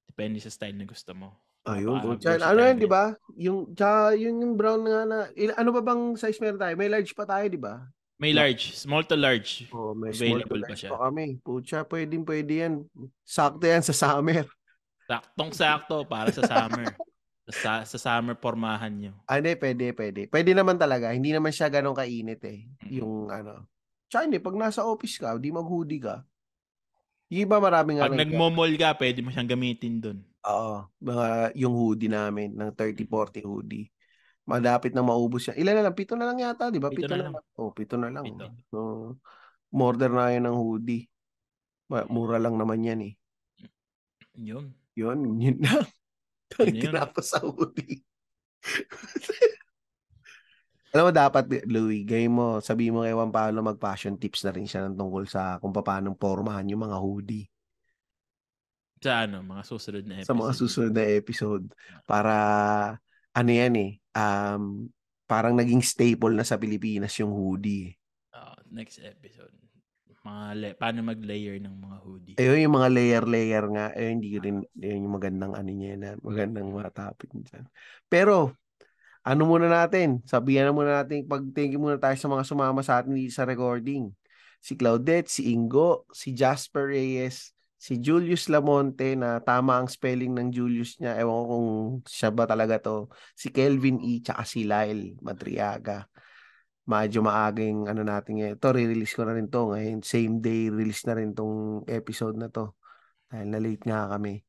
Speaker 1: Depende sa style na gusto mo.
Speaker 2: ayun,
Speaker 1: napaka-
Speaker 2: good. Tsaka
Speaker 1: Hmm.
Speaker 2: ano
Speaker 1: versatile
Speaker 2: yan,
Speaker 1: na
Speaker 2: 'di ba? Yung tsaka yun yung brown nga na il- ano pa bang size meron tayo? May large pa tayo, 'di ba?
Speaker 1: May large, small to large.
Speaker 2: Oh, may
Speaker 1: Available
Speaker 2: to
Speaker 1: pa
Speaker 2: large
Speaker 1: siya.
Speaker 2: kami. Pucha, pwedeng pwede yan. Sakto yan sa summer.
Speaker 1: Saktong sakto para sa summer. sa, sa summer pormahan nyo.
Speaker 2: Ah, hindi, pwede, pwede. Pwede naman talaga. Hindi naman siya ganun kainit eh.
Speaker 1: Hmm.
Speaker 2: Yung ano. Tsaka hindi, pag nasa office ka, di mag-hoodie ka. Yung iba maraming
Speaker 1: Pag
Speaker 2: ano, iba.
Speaker 1: nagmo-mall ka, pwede mo siyang gamitin dun.
Speaker 2: Oo, mga yung hoodie namin,
Speaker 1: Mm.
Speaker 2: ng 30-40 hoodie. Malapit na maubos yan. Ilan na lang? Pito na lang yata, di ba?
Speaker 1: Pito na lang.
Speaker 2: Oh, pito na lang.
Speaker 1: Pito.
Speaker 2: So, morder na yan ng hoodie.
Speaker 1: Mm.
Speaker 2: Ma- Mura lang naman yan eh.
Speaker 1: Yun.
Speaker 2: Yun, yun lang.
Speaker 1: Ano Yun
Speaker 2: Ang
Speaker 1: na yun.
Speaker 2: tinapos sa hoodie. Alam mo, dapat, Louie, gawin mo, sabi mo kay Juan Paolo, mag-fashion tips na rin siya ng tungkol sa kung paano pormahan yung mga hoodie.
Speaker 1: Sa ano, mga susunod na
Speaker 2: sa
Speaker 1: episode.
Speaker 2: mga susunod na episode para ano yan eh um parang naging staple na sa Pilipinas yung hoodie.
Speaker 1: Oo, next episode. Mga la- paano mag-layer ng mga hoodie.
Speaker 2: Eh yung mga layer-layer nga, eh hindi rin yun yung magandang ano niya na magandang mga topic dyan. Pero ano muna natin? Sabihan na muna natin pag thank you muna tayo sa mga sumama sa atin dito sa recording. Si Claudette, si Ingo, si Jasper Reyes, si Julius Lamonte na tama ang spelling ng Julius niya. Ewan ko kung siya ba talaga to. si Kelvin E. tsaka si Lyle Madriaga. Medyo maagang ano natin ngayon. Ito, re-release ko na rin to ngayon. Same day, release na rin tong episode na to. Dahil na-late nga kami.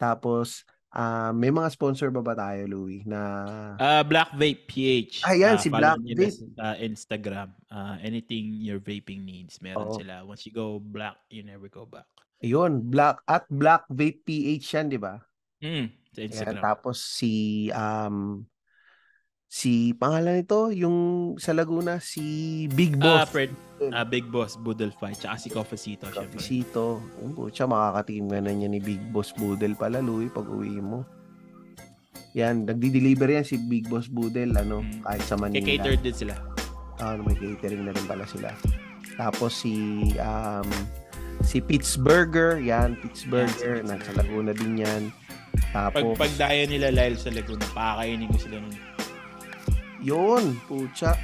Speaker 2: Tapos, ah, may mga sponsor ba ba tayo, Louie? Na...
Speaker 1: Ah, Black Vape PH.
Speaker 2: Ah,
Speaker 1: Ah,
Speaker 2: yan, si
Speaker 1: follow
Speaker 2: Black
Speaker 1: nila
Speaker 2: Vape.
Speaker 1: Sa Instagram. Ah, anything your vaping needs, meron
Speaker 2: Oo.
Speaker 1: sila. Once you go black, you never go back.
Speaker 2: Ayun, Black at Black Vape PH yan, di ba?
Speaker 1: Mm, sa
Speaker 2: Ayan,
Speaker 1: Instagram.
Speaker 2: tapos si... Um, si pangalan nito, yung sa Laguna, si Big
Speaker 1: Ah,
Speaker 2: Boss.
Speaker 1: Fred,
Speaker 2: Yun.
Speaker 1: ah, Big Boss, Boodle Fight, tsaka si Cofficito, syempre.
Speaker 2: Cafecito. Ang putya, makakatingin ka na niya ni Big Boss Boodle pala, Louie, pag uwi mo. Yan, nagdi-deliver yan si Big Boss Boodle, ano,
Speaker 1: Mm.
Speaker 2: kahit sa Manila.
Speaker 1: Kikater din sila.
Speaker 2: Ah, may catering na rin pala sila. Tapos si, um, si Pittsburgher, yan, Pittsburgher,
Speaker 1: Yan, si
Speaker 2: nasa Laguna din yan.
Speaker 1: Pag
Speaker 2: Tapos,
Speaker 1: pagdaya nila Lyle sa Laguna, pakakainin ko sila ng
Speaker 2: yun, putya.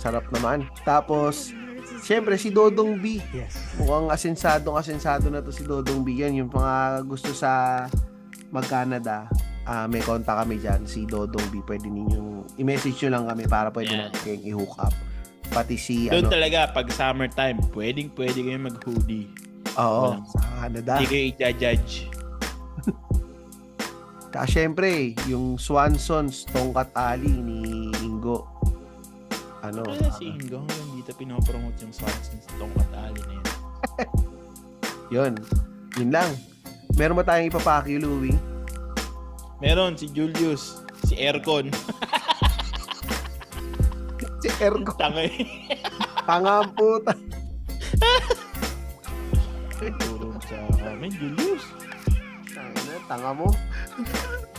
Speaker 2: Sarap naman. Tapos, Siyempre, si Dodong B.
Speaker 1: Yes.
Speaker 2: Mukhang asensadong asensado na to si Dodong B. Yan, yung mga gusto sa mag-Canada, ah, may konta kami dyan, si Dodong B. Pwede ninyong, i-message nyo lang kami para pwede
Speaker 1: Yeah.
Speaker 2: natin kayong i-hook up. Pati si,
Speaker 1: Doon
Speaker 2: ano,
Speaker 1: talaga, pag summertime, pwedeng pwede kayo mag-hoodie.
Speaker 2: oo,
Speaker 1: walang-
Speaker 2: sa Canada.
Speaker 1: Hindi kayo i-judge.
Speaker 2: Ka, syempre, yung Swanson's Tongkat Ali ni Ingo. Ano,
Speaker 1: Kaya
Speaker 2: ah,
Speaker 1: si Ingo, hanggang dito pinopromote yung Swanson's since tong katali na yun.
Speaker 2: yun. Yun lang. Meron ba tayong ipapaki, Louie?
Speaker 1: Meron, si Julius, si Aircon.
Speaker 2: Si Ergo.
Speaker 1: Tangay.
Speaker 2: Pangamput.
Speaker 1: Turun sa amin, Ah, Julius.
Speaker 2: Tanga, tanga mo.